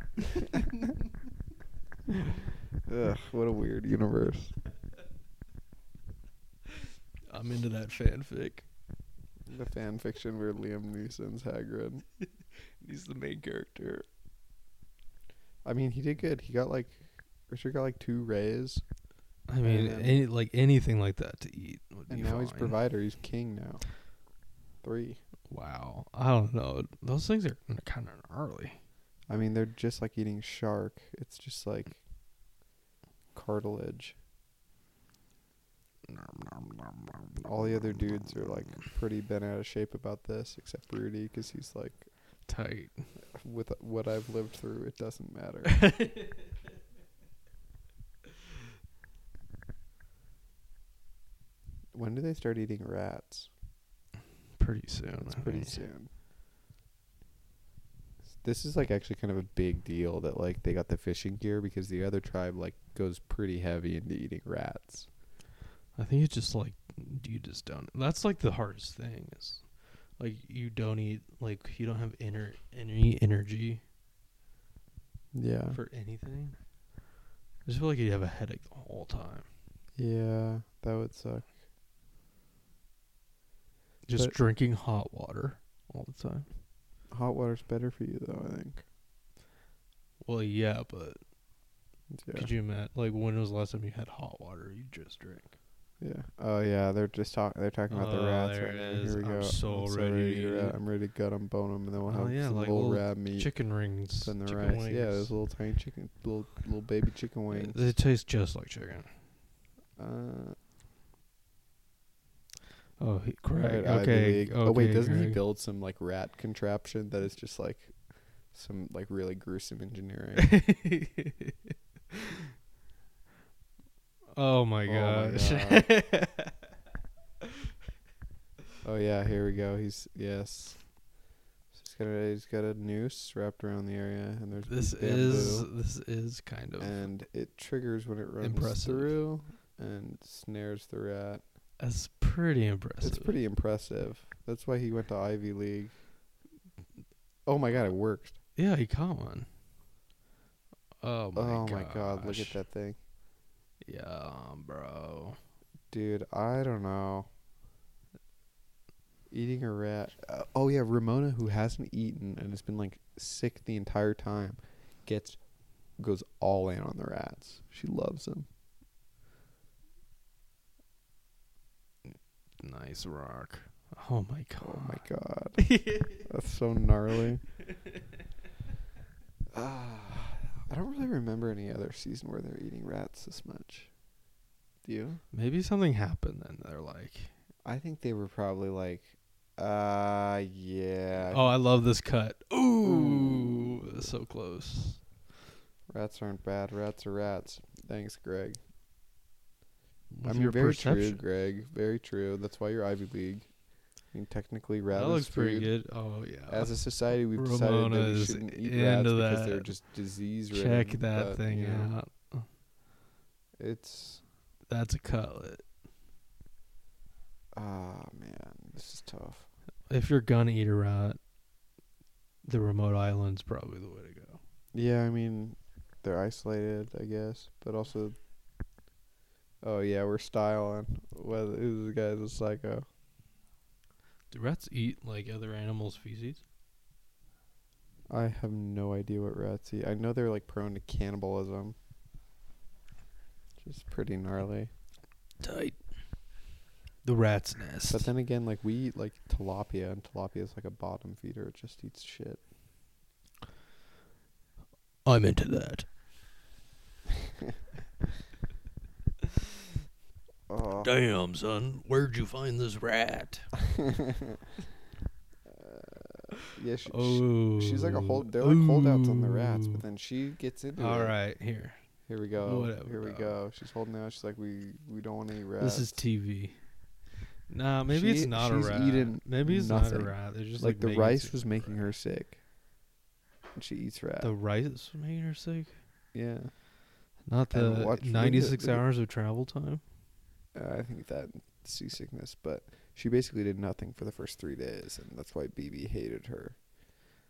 S2: Ugh, what a weird universe.
S1: I'm into that fanfic.
S2: The fan fiction where Liam Neeson's Hagrid.
S1: He's the main character.
S2: I mean, he did good. He got like, Richard got like two rays,
S1: I mean,
S2: And- um,
S1: any, like anything like that to eat would
S2: and
S1: be
S2: now he's
S1: fine.
S2: provider. He's king now. Three.
S1: Wow, I don't know. Those things are kind of gnarly.
S2: I mean, they're just like eating shark. It's just like cartilage. All the other dudes are like pretty bent out of shape about this, except Rudy, because he's like,
S1: tight.
S2: with what I've lived through, it doesn't matter. when do they start eating rats?
S1: Pretty soon.
S2: It's
S1: I
S2: pretty
S1: think.
S2: soon. This is like actually kind of a big deal that like they got the fishing gear because the other tribe like goes pretty heavy into eating rats.
S1: I think it's just like you just don't. That's like the hardest thing is, like you don't eat like you don't have inner any energy
S2: Yeah.
S1: for anything. I just feel like you have a headache the whole time.
S2: Yeah, that would suck.
S1: Just
S2: But-
S1: drinking hot water all the time.
S2: Hot water's better for you though, I think.
S1: Well, yeah, but
S2: Yeah.
S1: could you imagine? Like, when was the last time you had hot water? You just drank.
S2: yeah. Oh yeah, they're just talking. They're talking about the
S1: Oh,
S2: rats
S1: there
S2: right
S1: it
S2: now.
S1: is.
S2: Here we
S1: I'm
S2: go.
S1: so ready to
S2: to
S1: eat
S2: eat a
S1: it.
S2: rat. I'm ready to gut them, bone them, and then we'll
S1: Oh,
S2: have
S1: yeah,
S2: some
S1: like
S2: little
S1: little
S2: rat meat
S1: Chicken rings.
S2: and the
S1: chicken
S2: rice.
S1: Wings.
S2: Yeah, those little tiny chicken, little little baby chicken
S1: Uh,
S2: wings.
S1: They taste just like chicken.
S2: Uh,
S1: Oh, he, Craig.
S2: Right, Ivy
S1: okay.
S2: League.
S1: okay.
S2: Oh wait, doesn't he
S1: Craig.
S2: build some like rat contraption that is just like some like really gruesome engineering?
S1: oh
S2: Oh my
S1: my gosh.
S2: oh yeah, here we go. He's yes. So he's got a he's got a noose wrapped around the area, and there's
S1: this
S2: bamboo,
S1: is this is kind of
S2: and it triggers when it runs
S1: impressive.
S2: through and snares the rat.
S1: that's pretty impressive.
S2: It's pretty impressive. That's why he went to Ivy League. Oh my god, it worked.
S1: Yeah, he caught one. Oh my
S2: oh
S1: gosh.
S2: my god, look at that thing.
S1: Yeah, bro.
S2: Dude, I don't know. Eating a rat. Uh, oh yeah, Ramona, who hasn't eaten and has been like sick the entire time, gets goes all in on the rats. She loves them.
S1: Nice rock. Oh my god.
S2: Oh my god, that's so gnarly. Ah, I don't really remember any other season where they're eating rats this much. Do you?
S1: Maybe something happened and they're like,
S2: I think they were probably like, uh, yeah.
S1: "Oh, I love this cut. Ooh,
S2: Ooh.
S1: that's so close."
S2: Rats aren't bad. Rats are rats. Thanks, Greg.
S1: With
S2: I mean, very true,
S1: perception.
S2: Greg. Very true. That's why you're Ivy League. I mean, technically, rats.
S1: That looks pretty good. Oh yeah.
S2: As a society, we've decided that we
S1: Ramona's
S2: shouldn't eat
S1: into
S2: rats because they're
S1: that.
S2: just disease ridden.
S1: Check that thing out.
S2: It's
S1: That's a cutlet.
S2: Ah man, this is tough.
S1: If you're gonna eat a rat, the remote island's probably the way to go.
S2: Yeah, I mean, they're isolated, I guess, but also. Oh yeah, we're styling. Whether this guy's a psycho.
S1: Do rats eat like other animals' feces?
S2: I have no idea what rats eat. I know they're like prone to cannibalism. Which is pretty gnarly.
S1: Tight. The rat's nest.
S2: But then again, like we eat like tilapia, and tilapia is like a bottom feeder. It just eats shit.
S1: I'm into that.
S2: Oh.
S1: Damn, son, where'd you find this rat?
S2: Uh, Yeah, she,
S1: Oh,
S2: she, she's like a hold. They're like holdouts on the rats, but then she gets into it.
S1: All right, here.
S2: Here we go.
S1: Whatever,
S2: Here we
S1: dog.
S2: go. She's holding out. She's like, we we don't want any rats.
S1: This is TV. Nah, maybe it's
S2: She-
S1: not a
S2: she's
S1: rat.
S2: eaten
S1: maybe it's not
S2: nothing.
S1: a rat. They're just
S2: like,
S1: like,
S2: the
S1: making
S2: rice
S1: soup
S2: was
S1: for
S2: making
S1: it.
S2: her sick. And she eats rat.
S1: The rice was making her sick.
S2: yeah,
S1: Not
S2: And
S1: the
S2: watch-
S1: ninety-six
S2: look at-
S1: hours of travel time.
S2: uh, I think that seasickness. But she basically did nothing for the first three days, and that's why BB hated her.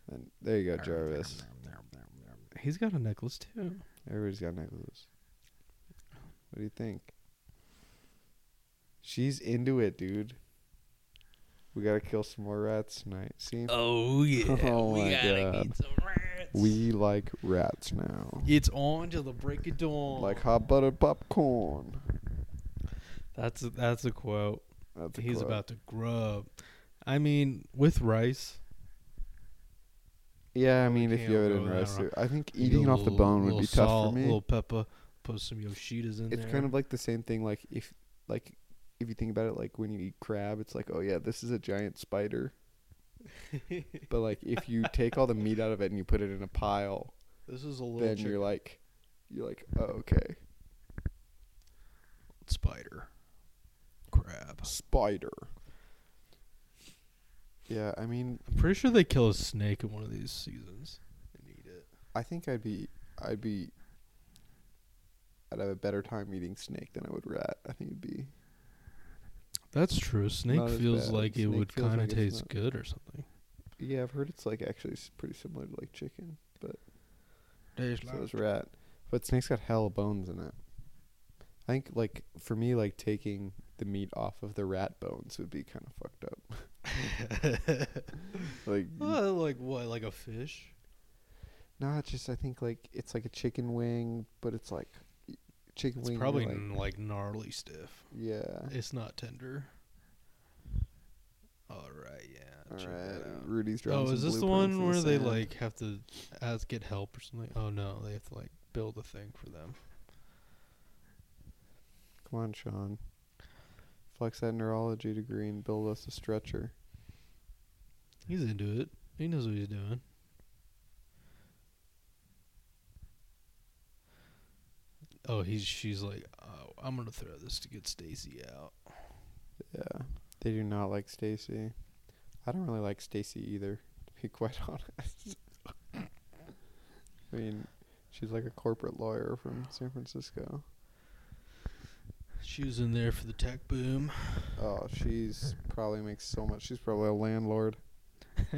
S2: And there you go, Jarvis.
S1: He's got a necklace too.
S2: Everybody's got necklaces. What do you think? She's into it, dude. We gotta kill some more rats tonight. See,
S1: Oh yeah,
S2: Oh
S1: we
S2: my
S1: gotta
S2: God.
S1: eat some rats.
S2: we like rats now,
S1: It's on till the break of dawn.
S2: like hot buttered popcorn.
S1: that's a, that's a quote.
S2: That's a
S1: He's
S2: quote.
S1: about to grub. I mean, with rice,
S2: Yeah, I mean,
S1: we
S2: if
S1: can't
S2: you have it
S1: go
S2: in
S1: that
S2: rice,
S1: route.
S2: I think
S1: you get
S2: eating
S1: a
S2: it off the
S1: little-
S2: bone would
S1: little
S2: be tough
S1: salt,
S2: for me.
S1: Little pepper, put some yoshidas in
S2: It's
S1: there.
S2: kind of like the same thing. Like if, like, if you think about it, like when you eat crab, it's like, oh yeah, this is a giant spider. but like, if you take all the meat out of it and you put it in a pile,
S1: this is a little
S2: then
S1: chick-
S2: you're like, you're like, oh, okay,
S1: spider, crab.
S2: spider. Yeah, I mean,
S1: I'm pretty sure they kill a snake in one of these seasons and eat it.
S2: I think I'd be, I'd be, I'd have a better time eating snake than I would rat. I think it'd be
S1: That's true. Snake
S2: Not as
S1: feels
S2: bad.
S1: like it
S2: Snake
S1: would
S2: feels
S1: kind of
S2: like it's
S1: taste
S2: not-
S1: good or something.
S2: Yeah, I've heard it's like actually s- pretty similar to like chicken, but
S1: Tastes
S2: so is rat. But snake's got hell of bones in it. I think like for me, like taking the meat off of the rat bones would be kind of fucked up. like,
S1: Well, Uh, like what? Like a fish?
S2: no, it's just I think like it's like a chicken wing, but it's like y- chicken
S1: It's
S2: wing.
S1: probably
S2: like,
S1: n- like gnarly stiff.
S2: yeah.
S1: It's not tender. All right, yeah.
S2: All
S1: check
S2: right,
S1: that out.
S2: Rudy's drawing.
S1: Oh, is
S2: some
S1: this the
S2: blueprints
S1: one
S2: in
S1: where they
S2: sand.
S1: like have to ask get help or something? Oh no, they have to like build a thing for them.
S2: Come on, Sean. Flex that neurology degree and build us a stretcher.
S1: He's into it. He knows what he's doing. Oh, he's she's like, oh, I'm gonna throw this to get Stacy out.
S2: Yeah, they do not like Stacy. I don't really like Stacy either, to be quite honest. I mean, she's like a corporate lawyer from San Francisco.
S1: She was in there for the tech boom.
S2: Oh, she's probably makes so much. She's probably a landlord.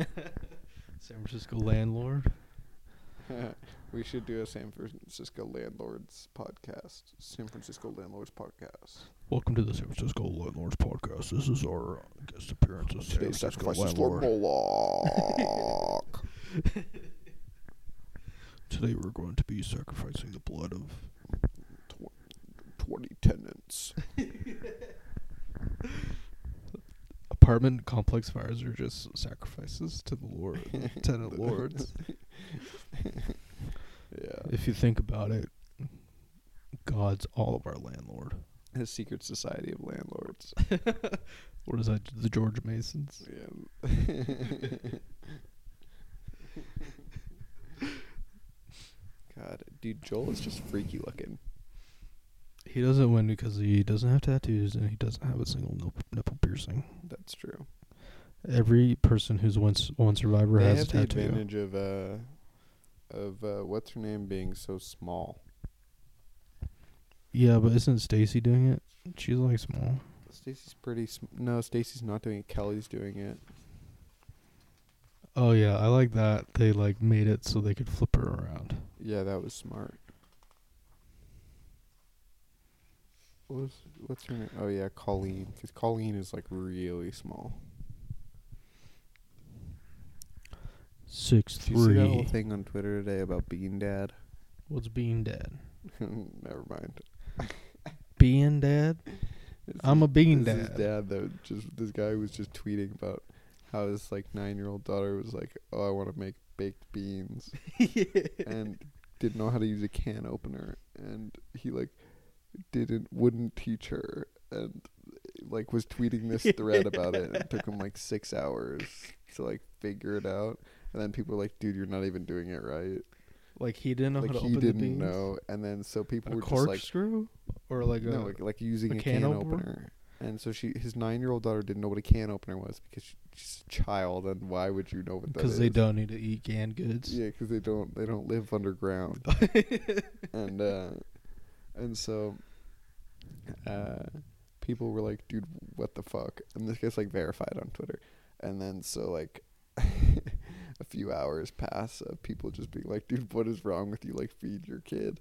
S1: San Francisco landlord.
S2: we should do a San Francisco landlords podcast. San Francisco landlords podcast.
S1: Welcome to the San Francisco Landlords Podcast. This is our uh, guest appearance as San
S2: Today's
S1: Francisco
S2: sacrifice is Lord
S1: Landlord.
S2: Moloch.
S1: Today we're going to be sacrificing the blood of.
S2: Twenty tenants.
S1: Apartment complex fires are just sacrifices to the lord, tenant lords.
S2: Yeah,
S1: If you think about it, God's all of our landlord.
S2: a secret society of landlords.
S1: What is that? The George Masons?
S2: Yeah. God, dude, Joel is just freaky looking.
S1: He doesn't win because he doesn't have tattoos and he doesn't have a single nip- nipple piercing.
S2: That's true.
S1: Every person who's one, s- one survivor
S2: they
S1: has a
S2: have the
S1: tattoo.
S2: advantage of uh, of uh, what's her name being so small.
S1: Yeah, but isn't Stacy doing it? She's like small.
S2: Stacy's pretty. Sm- no, Stacy's not doing it. Kelly's doing it.
S1: Oh yeah, I like that. They like made it so they could flip her around.
S2: Yeah, that was smart. What was, what's her name? Oh yeah, Colleen. Because Colleen is like really small.
S1: Six
S2: Did you see that whole
S1: three.
S2: thing on Twitter today about Bean Dad?
S1: What's being dad?
S2: Never mind.
S1: Being dad?
S2: It's
S1: I'm a bean
S2: This is
S1: dad.
S2: his dad though. Just this guy was just tweeting about how his like nine year old daughter was like, "Oh, I want to make baked beans," and didn't know how to use a can opener, and he like didn't wouldn't teach her, and like was tweeting this thread about it, and it took him like six hours to like figure it out, and then people were like, "Dude, you're not even doing it right."
S1: Like he didn't know
S2: like
S1: how to
S2: he
S1: open the
S2: didn't
S1: beans.
S2: know, and then so people
S1: A
S2: were just like,
S1: corkscrew or like
S2: no,
S1: a
S2: like, like using
S1: a
S2: a,
S1: can
S2: can,
S1: opener?
S2: opener. And so she, his nine-year-old daughter didn't know what a can opener was because she, she's a child, and why would you know what that is?
S1: because they don't need to eat canned goods.
S2: Yeah, because they don't. They don't live underground. and uh, and so, uh, people were like, "Dude, what the fuck?" And this gets like verified on Twitter. And then so like, a few hours pass of people just being like, "Dude, what is wrong with you? Like, feed your kid."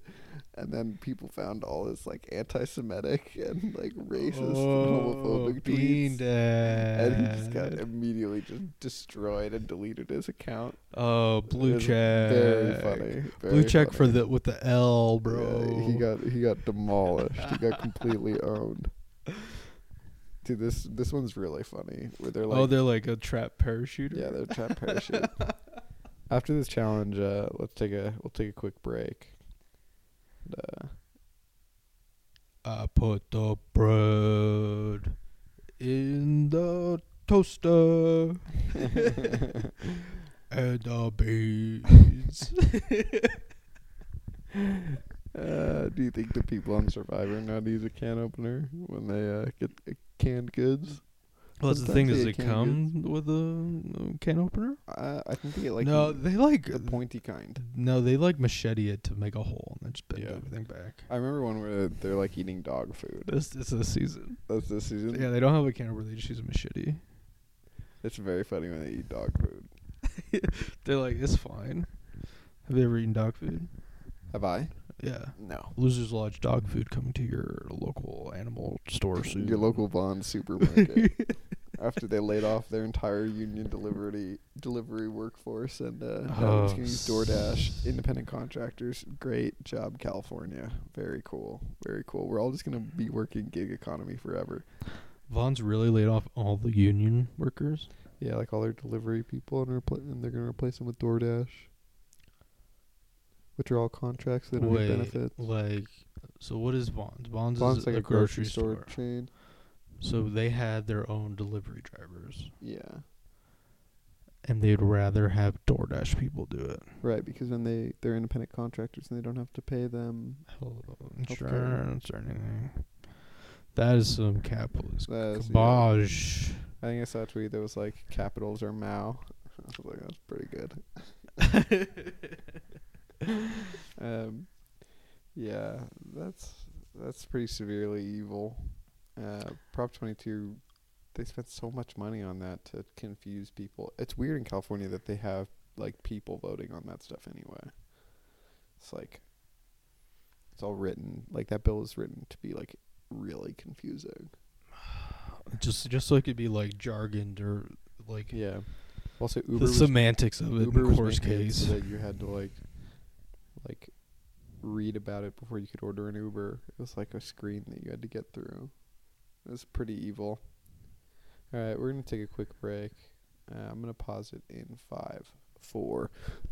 S2: And then people found all this like anti-Semitic and like racist
S1: oh,
S2: and homophobic
S1: bean
S2: tweets.
S1: dad.
S2: And he just got immediately just destroyed and deleted his account.
S1: oh
S2: It
S1: blue
S2: was
S1: check.
S2: Very funny.
S1: Uh, blue
S2: very
S1: check for
S2: funny.
S1: the with the L, bro.
S2: Yeah, he got he got demolished. he got completely owned. Dude, this this one's really funny. Where they're like,
S1: oh, they're like a trap parachuter.
S2: yeah, they're trap parachute. After this challenge, uh, let's take a we'll take a quick break. And, uh,
S1: I put the bread in the toaster and the beans.
S2: uh, do you think the people on Survivor know how to use a can opener when they uh, get uh, canned goods?
S1: well, that's the
S2: Sometimes
S1: thing
S2: they
S1: is
S2: get
S1: it
S2: canned
S1: come with a uh, can opener.
S2: Uh, I think they get like
S1: no,
S2: the,
S1: they like
S2: the pointy kind.
S1: no, they like machete it to make a hole and then just bend
S2: Yeah.
S1: everything back.
S2: I remember one where they're like eating dog food.
S1: This this is the season.
S2: That's this season.
S1: Yeah, they don't have a can opener. They just use a machete.
S2: It's very funny when they eat dog food.
S1: They're like, it's fine. Have you ever eaten dog food?
S2: Have I?
S1: Yeah.
S2: No.
S1: Losers Lodge dog food coming to your local animal store soon.
S2: Your local Bond supermarket. After they laid off their entire union delivery delivery workforce and uh, now we're
S1: Oh,
S2: just gonna use DoorDash, independent contractors. Great job, California. Very cool. Very cool. We're all just gonna be working gig economy forever.
S1: Vaughn's really laid off all the union workers.
S2: Yeah, like all their delivery people, and, repl- and they're gonna replace them with DoorDash, which are all contracts. They don't
S1: Wait,
S2: have benefits.
S1: like, so what is Vaughn's? Vaughn's,
S2: Bond's
S1: is
S2: like
S1: a, grocery, store.
S2: chain.
S1: So they had their own delivery drivers,
S2: Yeah.
S1: and they'd rather have DoorDash people do it.
S2: Right, because then they they're independent contractors and they don't have to pay them.
S1: Insurance or anything. That is some capitalist
S2: That is- yeah.
S1: garbage.
S2: I think I saw a tweet that was like capitals are Mao. I was like, that's pretty good. um, yeah, that's that's pretty severely evil. Uh, Prop twenty two, they spent so much money on that to confuse people. It's weird in California that they have like people voting on that stuff anyway. It's like it's all written like that bill is written to be like really confusing.
S1: Just, just so it could be like jargoned or like
S2: Yeah. Also, Uber
S1: the
S2: was,
S1: semantics of it.
S2: Uber
S1: in
S2: was
S1: course
S2: making it
S1: case.
S2: so that you had to like, like, read about it before you could order an Uber. It was like a screen that you had to get through. It was pretty evil. All right, we're gonna take a quick break. Uh, I'm gonna pause it in five, four,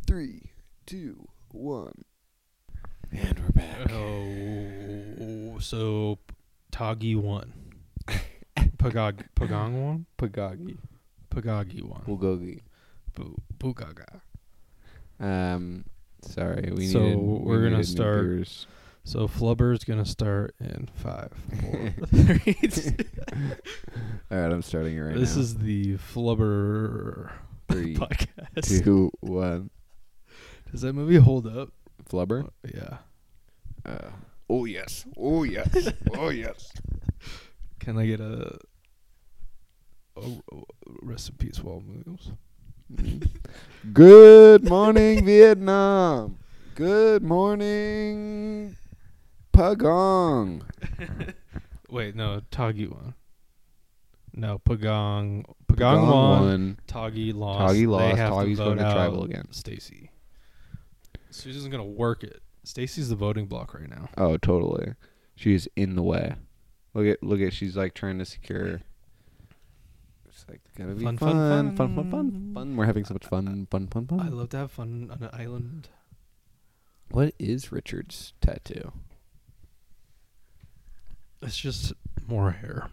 S2: three, two, one. And we're back.
S1: Oh, so Tagi won. Pagog, Pagong won.
S4: Pagagi.
S1: Pagagi won.
S4: Bulgogi.
S1: Bu- Bugaga.
S4: Um, sorry, we
S1: So
S4: needed- we
S1: we're gonna
S4: needed new
S1: start-
S4: beers.
S1: So Flubber's gonna start in five. Four, three, two.
S4: All right, I'm starting it right
S1: this
S4: now.
S1: is the Flubber
S4: three,
S1: podcast.
S4: two, one.
S1: Does that movie hold up?
S4: Flubber.
S1: Yeah.
S4: Uh, Oh yes. Oh yes. oh yes.
S1: Can I get a, a, a rest in peace, Wall Williams?
S4: Good morning, Vietnam. Good morning, Pagong.
S1: Wait, no, Tagiwan. No, Pagong, Pagong won. Toggy lost.
S4: Toggy
S1: They
S4: lost.
S1: have
S4: Toggy's
S1: vote
S4: going to
S1: out
S4: tribal again.
S1: Stacy. Susan's gonna work it. Stacy's the voting block right now.
S4: Oh, totally. She's in the way. Look at look at. She's like trying to secure. It's like gonna be
S1: Fun,
S4: fun,
S1: fun,
S4: fun,
S1: fun.
S4: fun, fun, fun, We're having so much fun, fun, fun, fun.
S1: I love to have fun on an island.
S4: what is Richard's tattoo?
S1: It's just more hair.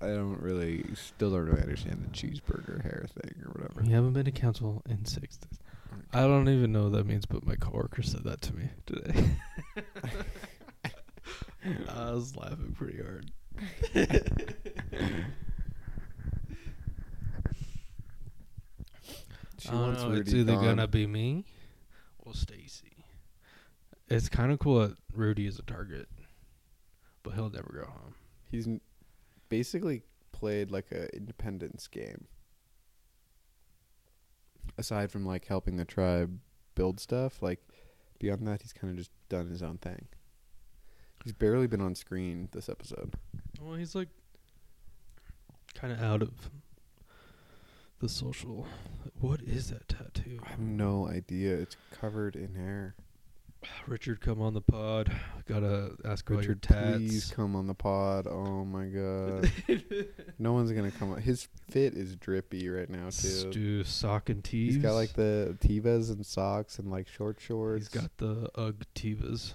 S4: I don't really, still don't really understand the cheeseburger hair thing or whatever.
S1: We haven't been to council in six days. I don't even know what that means, but my coworker said that to me today. I was laughing pretty hard.
S2: She
S1: I don't
S2: wants
S1: know,
S2: Rudy
S1: it's either
S2: gone.
S1: gonna be me or Stacy. It's kind of cool that Rudy is a target, but he'll never go home.
S2: He's m- basically played like a independence game. Aside from like helping the tribe build stuff, like beyond that, he's kind of just done his own thing. He's barely been on screen this episode.
S1: Well, he's like kind of out of the social. What is that tattoo?
S2: I have no idea. It's covered in hair.
S1: Richard, come on the pod. Gotta ask about your
S2: Richard,
S1: tats.
S2: please come on the pod. Oh my god, no one's gonna come. On. His fit is drippy right now too.
S1: Stu sock and tees.
S2: He's got like the tivas and socks and like short shorts.
S1: He's got the UGG Tevas.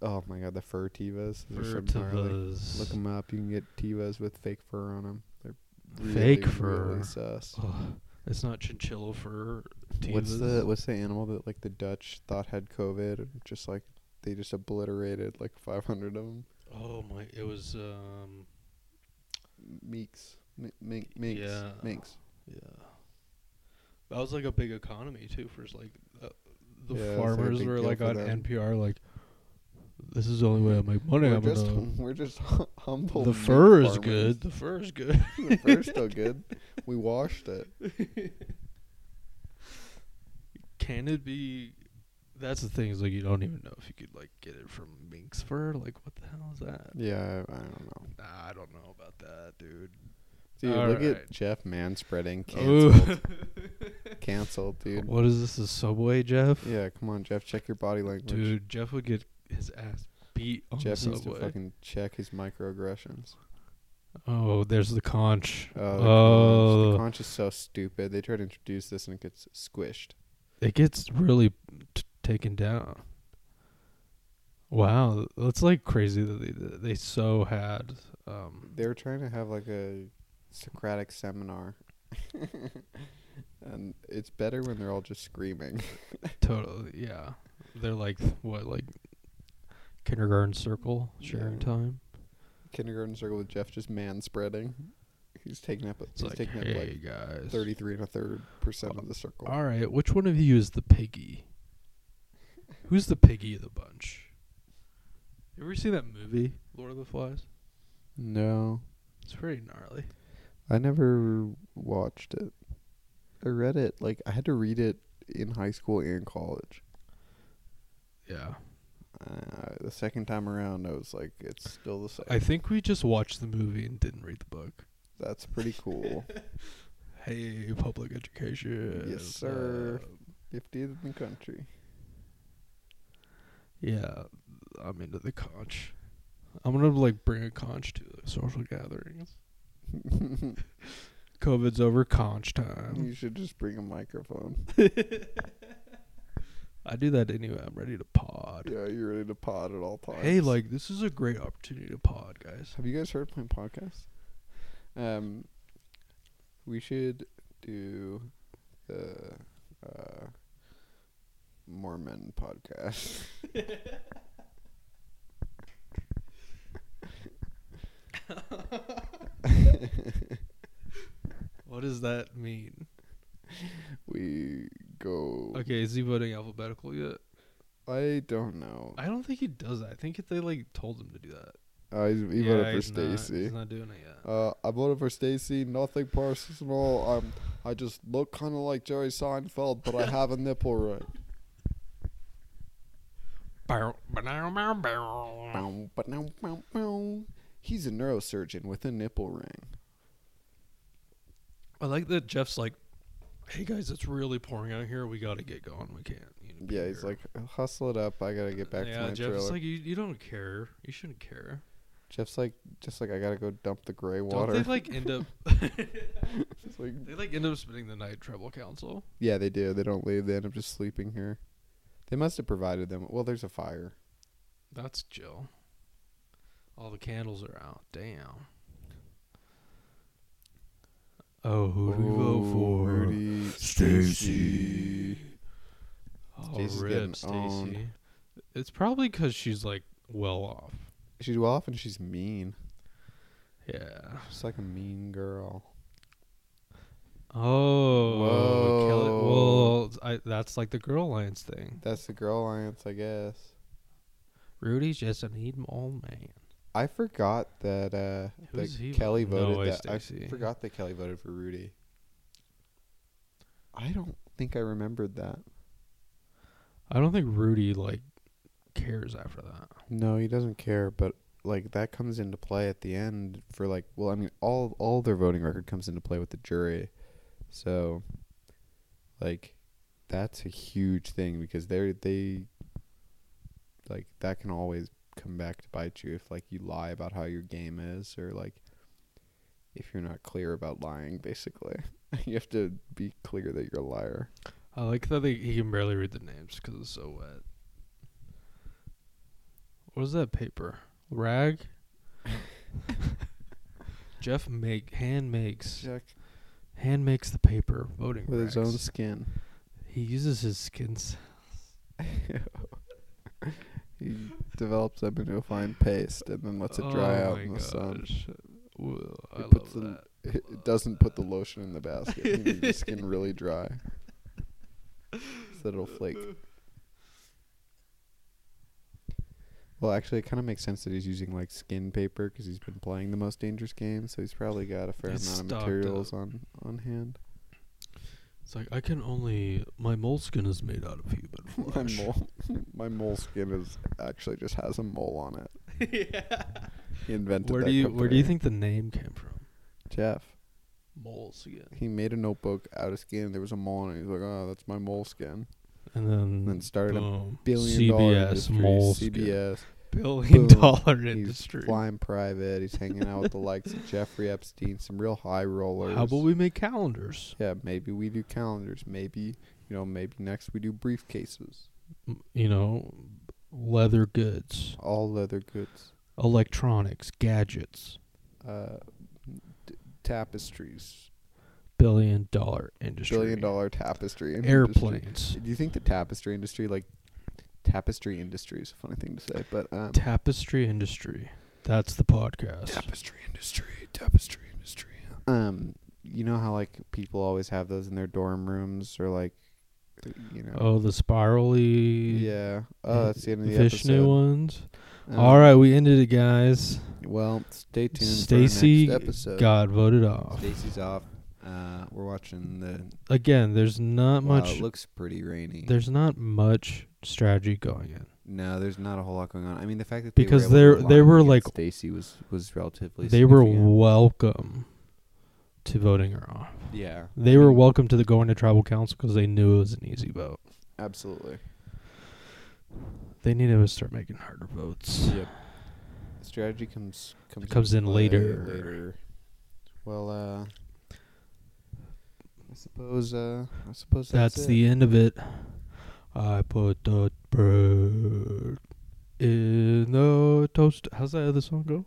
S2: Oh my god, the fur Tivas. They're so gnarly.
S1: Vertivas.
S2: Look them up. You can get Tivas with fake fur on them. They're really,
S1: Fake
S2: really
S1: fur. Oh,
S2: sus.
S1: Ugh, it's not chinchilla fur. Tevas.
S2: What's the what's the animal that like the Dutch thought had COVID? and Just like they just obliterated like 500 of them.
S1: Oh my! It was um.
S2: Meeks, Mi- mink, minks,
S1: Yeah.
S2: minks.
S1: Yeah. That was like a big economy too. For s- like, uh, the
S2: Yeah, it was, like, a
S1: farmers
S2: big
S1: were
S2: deal
S1: like
S2: for
S1: on
S2: them.
S1: NPR like, this is the only way I make money.
S2: We're
S1: I'm
S2: just
S1: gonna.
S2: we're just humble.
S1: The
S2: mink
S1: fur is
S2: farmers.
S1: good. The fur is good.
S2: the fur's still good. We washed it.
S1: Can it be? That's the thing is like you don't even know if you could like get it from minx fur. Like what the hell is that?
S2: Yeah, I, I don't know.
S1: Nah, I don't know about that, dude.
S2: Dude,
S1: All
S2: look
S1: right.
S2: at Jeff manspreading
S1: Ooh.
S2: canceled. canceled, dude.
S1: What is this? The subway, Jeff?
S2: Yeah, come on, Jeff. Check your body language.
S1: Dude, Jeff would get his ass beat on
S2: Jeff
S1: the
S2: needs to
S1: subway.
S2: fucking check his microaggressions.
S1: oh, there's the conch.
S2: Oh, the,
S1: Oh,
S2: Conch. the conch is so stupid. They try to introduce this and it gets squished.
S1: it gets really t- taken down. Wow, that's like crazy that they that they so had. Um,
S2: They were trying to have like a Socratic seminar, and it's better when they're all just screaming.
S1: totally, yeah. They're like what, like kindergarten circle sharing
S2: Yeah.
S1: time.
S2: Kindergarten circle with Jeff just manspreading. He's taking up.
S1: It's
S2: he's
S1: like,
S2: taking
S1: hey
S2: up like
S1: guys,
S2: thirty-three and a third percent of the circle.
S1: All right, which one of you is the piggy? Who's the piggy of the bunch? You ever see that movie, Lord of the Flies?
S2: No,
S1: It's pretty gnarly.
S2: I never watched it. I read it like I had to read it in high school and college.
S1: Yeah.
S2: Uh, the second time around, I was like, it's still the same.
S1: I think we just watched the movie and didn't read the book.
S2: That's pretty cool.
S1: Hey, public education.
S2: Yes, sir.
S1: Uh,
S2: 50th in the country.
S1: yeah, I'm into the conch. I'm gonna like bring a conch to the social gatherings.
S2: Um,
S1: COVID's over, conch
S2: you
S1: time.
S2: should just bring a microphone.
S1: I do that anyway. I'm ready to pod.
S2: Yeah, you're ready to pod at all times.
S1: Hey, like this is a great opportunity to pod, guys.
S2: have you guys heard of my podcast? Um, we should do the uh, Mormon podcast.
S1: What does that mean?
S2: we go.
S1: Okay, is he voting alphabetical yet?
S2: I don't know.
S1: I don't think he does that. I think if they like told him to do that.
S2: Uh, he's, he
S1: Yeah,
S2: voted for
S1: he's not-
S2: Stacy.
S1: He's not doing it yet.
S2: Uh, I voted for Stacy. Nothing personal. Um, I just look kind of like Jerry Seinfeld, but I have a nipple ring.
S1: Bow, bow, bow, bow, bow.
S2: Bow, ba- now, bow, bow. He's a neurosurgeon with a nipple ring.
S1: I like that Jeff's like, "Hey guys, it's really pouring out here. We gotta get going. We can't." You know, be
S2: Yeah, he's
S1: here."
S2: like, hustle it up. I gotta get back
S1: yeah,
S2: to my
S1: Jeff's
S2: trailer.
S1: like, you, "You don't care. You shouldn't care."
S2: Jeff's like, just like I gotta go dump the gray water.
S1: Don't they like end up?
S2: It's like-
S1: they like end up spending the night tribal council.
S2: yeah, they do. They don't leave. They end up just sleeping here. They must have provided them. Well, there's a fire.
S1: That's chill. All the candles are out. Damn. Oh, who do we vote for?
S2: Rudy, Stacy.
S1: Oh,
S2: Stacey's
S1: rip,
S2: getting owned.
S1: Stacy. It's probably because she's like well off.
S2: She's well off and she's mean.
S1: Yeah.
S2: She's like a mean girl.
S1: Oh. Kill it.
S2: Whoa.
S1: Well, I, that's like the girl alliance thing.
S2: That's the girl alliance, I guess.
S1: Rudy's just an evil old man.
S2: I forgot that uh
S1: Who's he
S2: that Kelly
S1: voting? No
S2: voted
S1: way,
S2: that. I
S1: Stacey.
S2: forgot that Kelly voted for Rudy. I don't think I remembered that.
S1: I don't think Rudy like cares after that.
S2: No, he doesn't care, but like that comes into play at the end for like well, I mean all all their voting record comes into play with the jury. So like that's a huge thing because they're they like that can always come back to bite you if like you lie about how your game is or like if you're not clear about lying basically. you have to be clear that you're a liar.
S1: I like that they, he can barely read the names because it's so wet. What is that paper? Rag. Jeff make hand makes hand makes the paper voting
S2: with his own
S1: rags.
S2: skin.
S1: He uses his skins.
S2: He develops them into a fine paste and then lets it dry out in the sun.
S1: Oh Whoa, I
S2: He
S1: love
S2: puts the-
S1: that.
S2: It, it doesn't put the lotion in the basket. It leaves the skin really dry. So that it'll flake. Well, actually, it kind of makes sense that he's using like skin paper because he's been playing the most dangerous game, so he's probably got a fair
S1: He's
S2: amount of
S1: stocked
S2: materials
S1: up.
S2: on on hand.
S1: It's like I can only my moleskin is made out of human
S2: My
S1: flesh.
S2: mole, my mole skin is actually just has a mole on it.
S1: yeah.
S2: He invented
S1: Where
S2: that
S1: do you where do
S2: company.
S1: you think the name came from?
S2: Jeff?
S1: Moleskin.
S2: He made a notebook out of skin. There was a mole, on it. he's like, "Oh, that's my mole skin."
S1: And then,
S2: And then started a
S1: boom,
S2: billion dollar
S1: CBS
S2: industry,
S1: moleskin.
S2: CBS. Boom.
S1: billion dollar
S2: He's
S1: industry.
S2: flying private. He's hanging out with the likes of Jeffrey Epstein, some real high rollers.
S1: How about we make calendars?
S2: Yeah, maybe we do calendars. Maybe you know, maybe next we do briefcases,
S1: M- You know, leather goods,
S2: all leather goods,
S1: electronics, gadgets,
S2: uh, d- tapestries,
S1: billion dollar industry,
S2: billion dollar tapestry, industry.
S1: airplanes,
S2: Do you think the tapestry industry, like tapestry industry, is a funny thing to say, but um,
S1: tapestry industry. That's the podcast.
S2: Tapestry industry, tapestry industry. Um, you know how like people always have those in their dorm rooms or like, you know.
S1: Oh, the spirally,
S2: Yeah. Oh, that's the end of the
S1: Vishnu
S2: episode.
S1: ones.
S2: Um,
S1: All right, we ended it, guys.
S2: Well, stay tuned
S1: Stacy
S2: for our next episode.
S1: got voted off
S2: Stacy's off. Uh, we're watching the.
S1: again. There's not
S2: wow,
S1: much.
S2: it looks pretty rainy.
S1: there's not much strategy going in.
S2: no, there's not a whole lot going on. I mean, the fact that
S1: Because
S2: they were able to
S1: they're- they were,
S2: align
S1: like-
S2: Stacy was was relatively.
S1: They were
S2: significant.
S1: welcome to voting her off.
S2: yeah. Mm-hmm.
S1: They were welcome to the going to tribal council because they knew it was an easy vote.
S2: Absolutely.
S1: They needed to start making harder votes.
S2: Yep. Strategy comes comes
S1: Comes in
S2: into play
S1: later.
S2: Later. Well, uh, I suppose. Uh, I suppose
S1: That's,
S2: that's, it.
S1: the end of it. I put the bread in the toast. How's that other song go?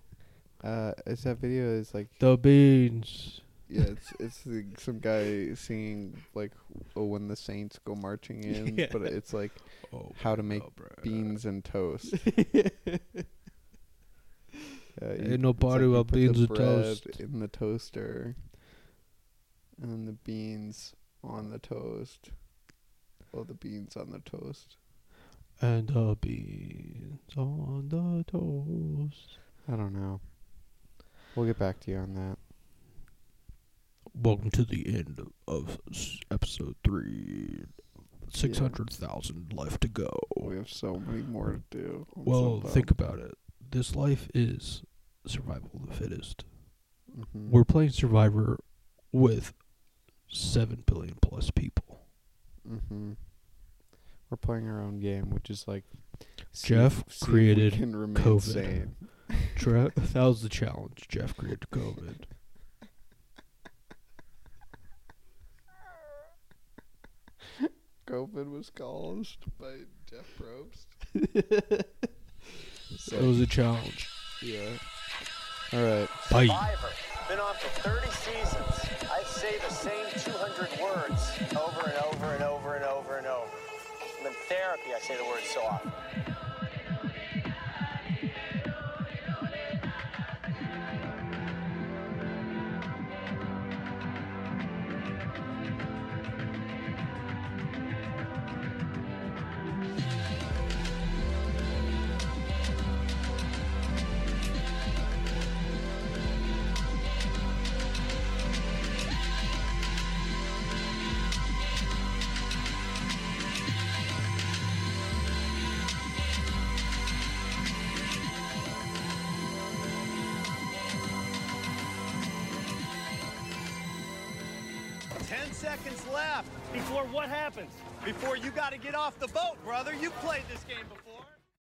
S2: Uh, it's that video is like
S1: The beans.
S2: Yeah, it's it's like some guy singing like "Oh, when the saints go marching in,"
S1: Yeah.
S2: but it's like
S1: Oh,
S2: how to make
S1: bread.
S2: beans and toast. Uh, you-
S1: Ain't no
S2: it's
S1: party
S2: you
S1: without
S2: put the
S1: beans and
S2: bread
S1: toast.
S2: in the toaster, and then the beans on the toast. Oh, the beans on the toast.
S1: and the beans on the toast.
S2: I don't know. We'll get back to you on that.
S1: Welcome to the end of s- episode three. Six hundred thousand left to go.
S2: We have so many more to do. I'm so
S1: Well,
S2: bummed.
S1: think about it. This life is survival of the fittest.
S2: Mhm.
S1: We're playing Survivor with seven billion plus people.
S2: Mm-hmm. We're playing our own game, which is like see
S1: Jeff
S2: if we
S1: created
S2: can remain
S1: COVID.
S2: sane.
S1: Tre- that was the challenge. Jeff created COVID.
S2: COVID was caused by Jeff Probst.
S1: It was a challenge.
S2: Yeah. All right.
S1: Bye.
S5: Survivor. Been on for 30 seasons. I say the same 200 words over and over and over and over and over. I'm in therapy, I say the words so often.
S6: Ten seconds left before what happens? Before you got to get off the boat, brother. You played this game before.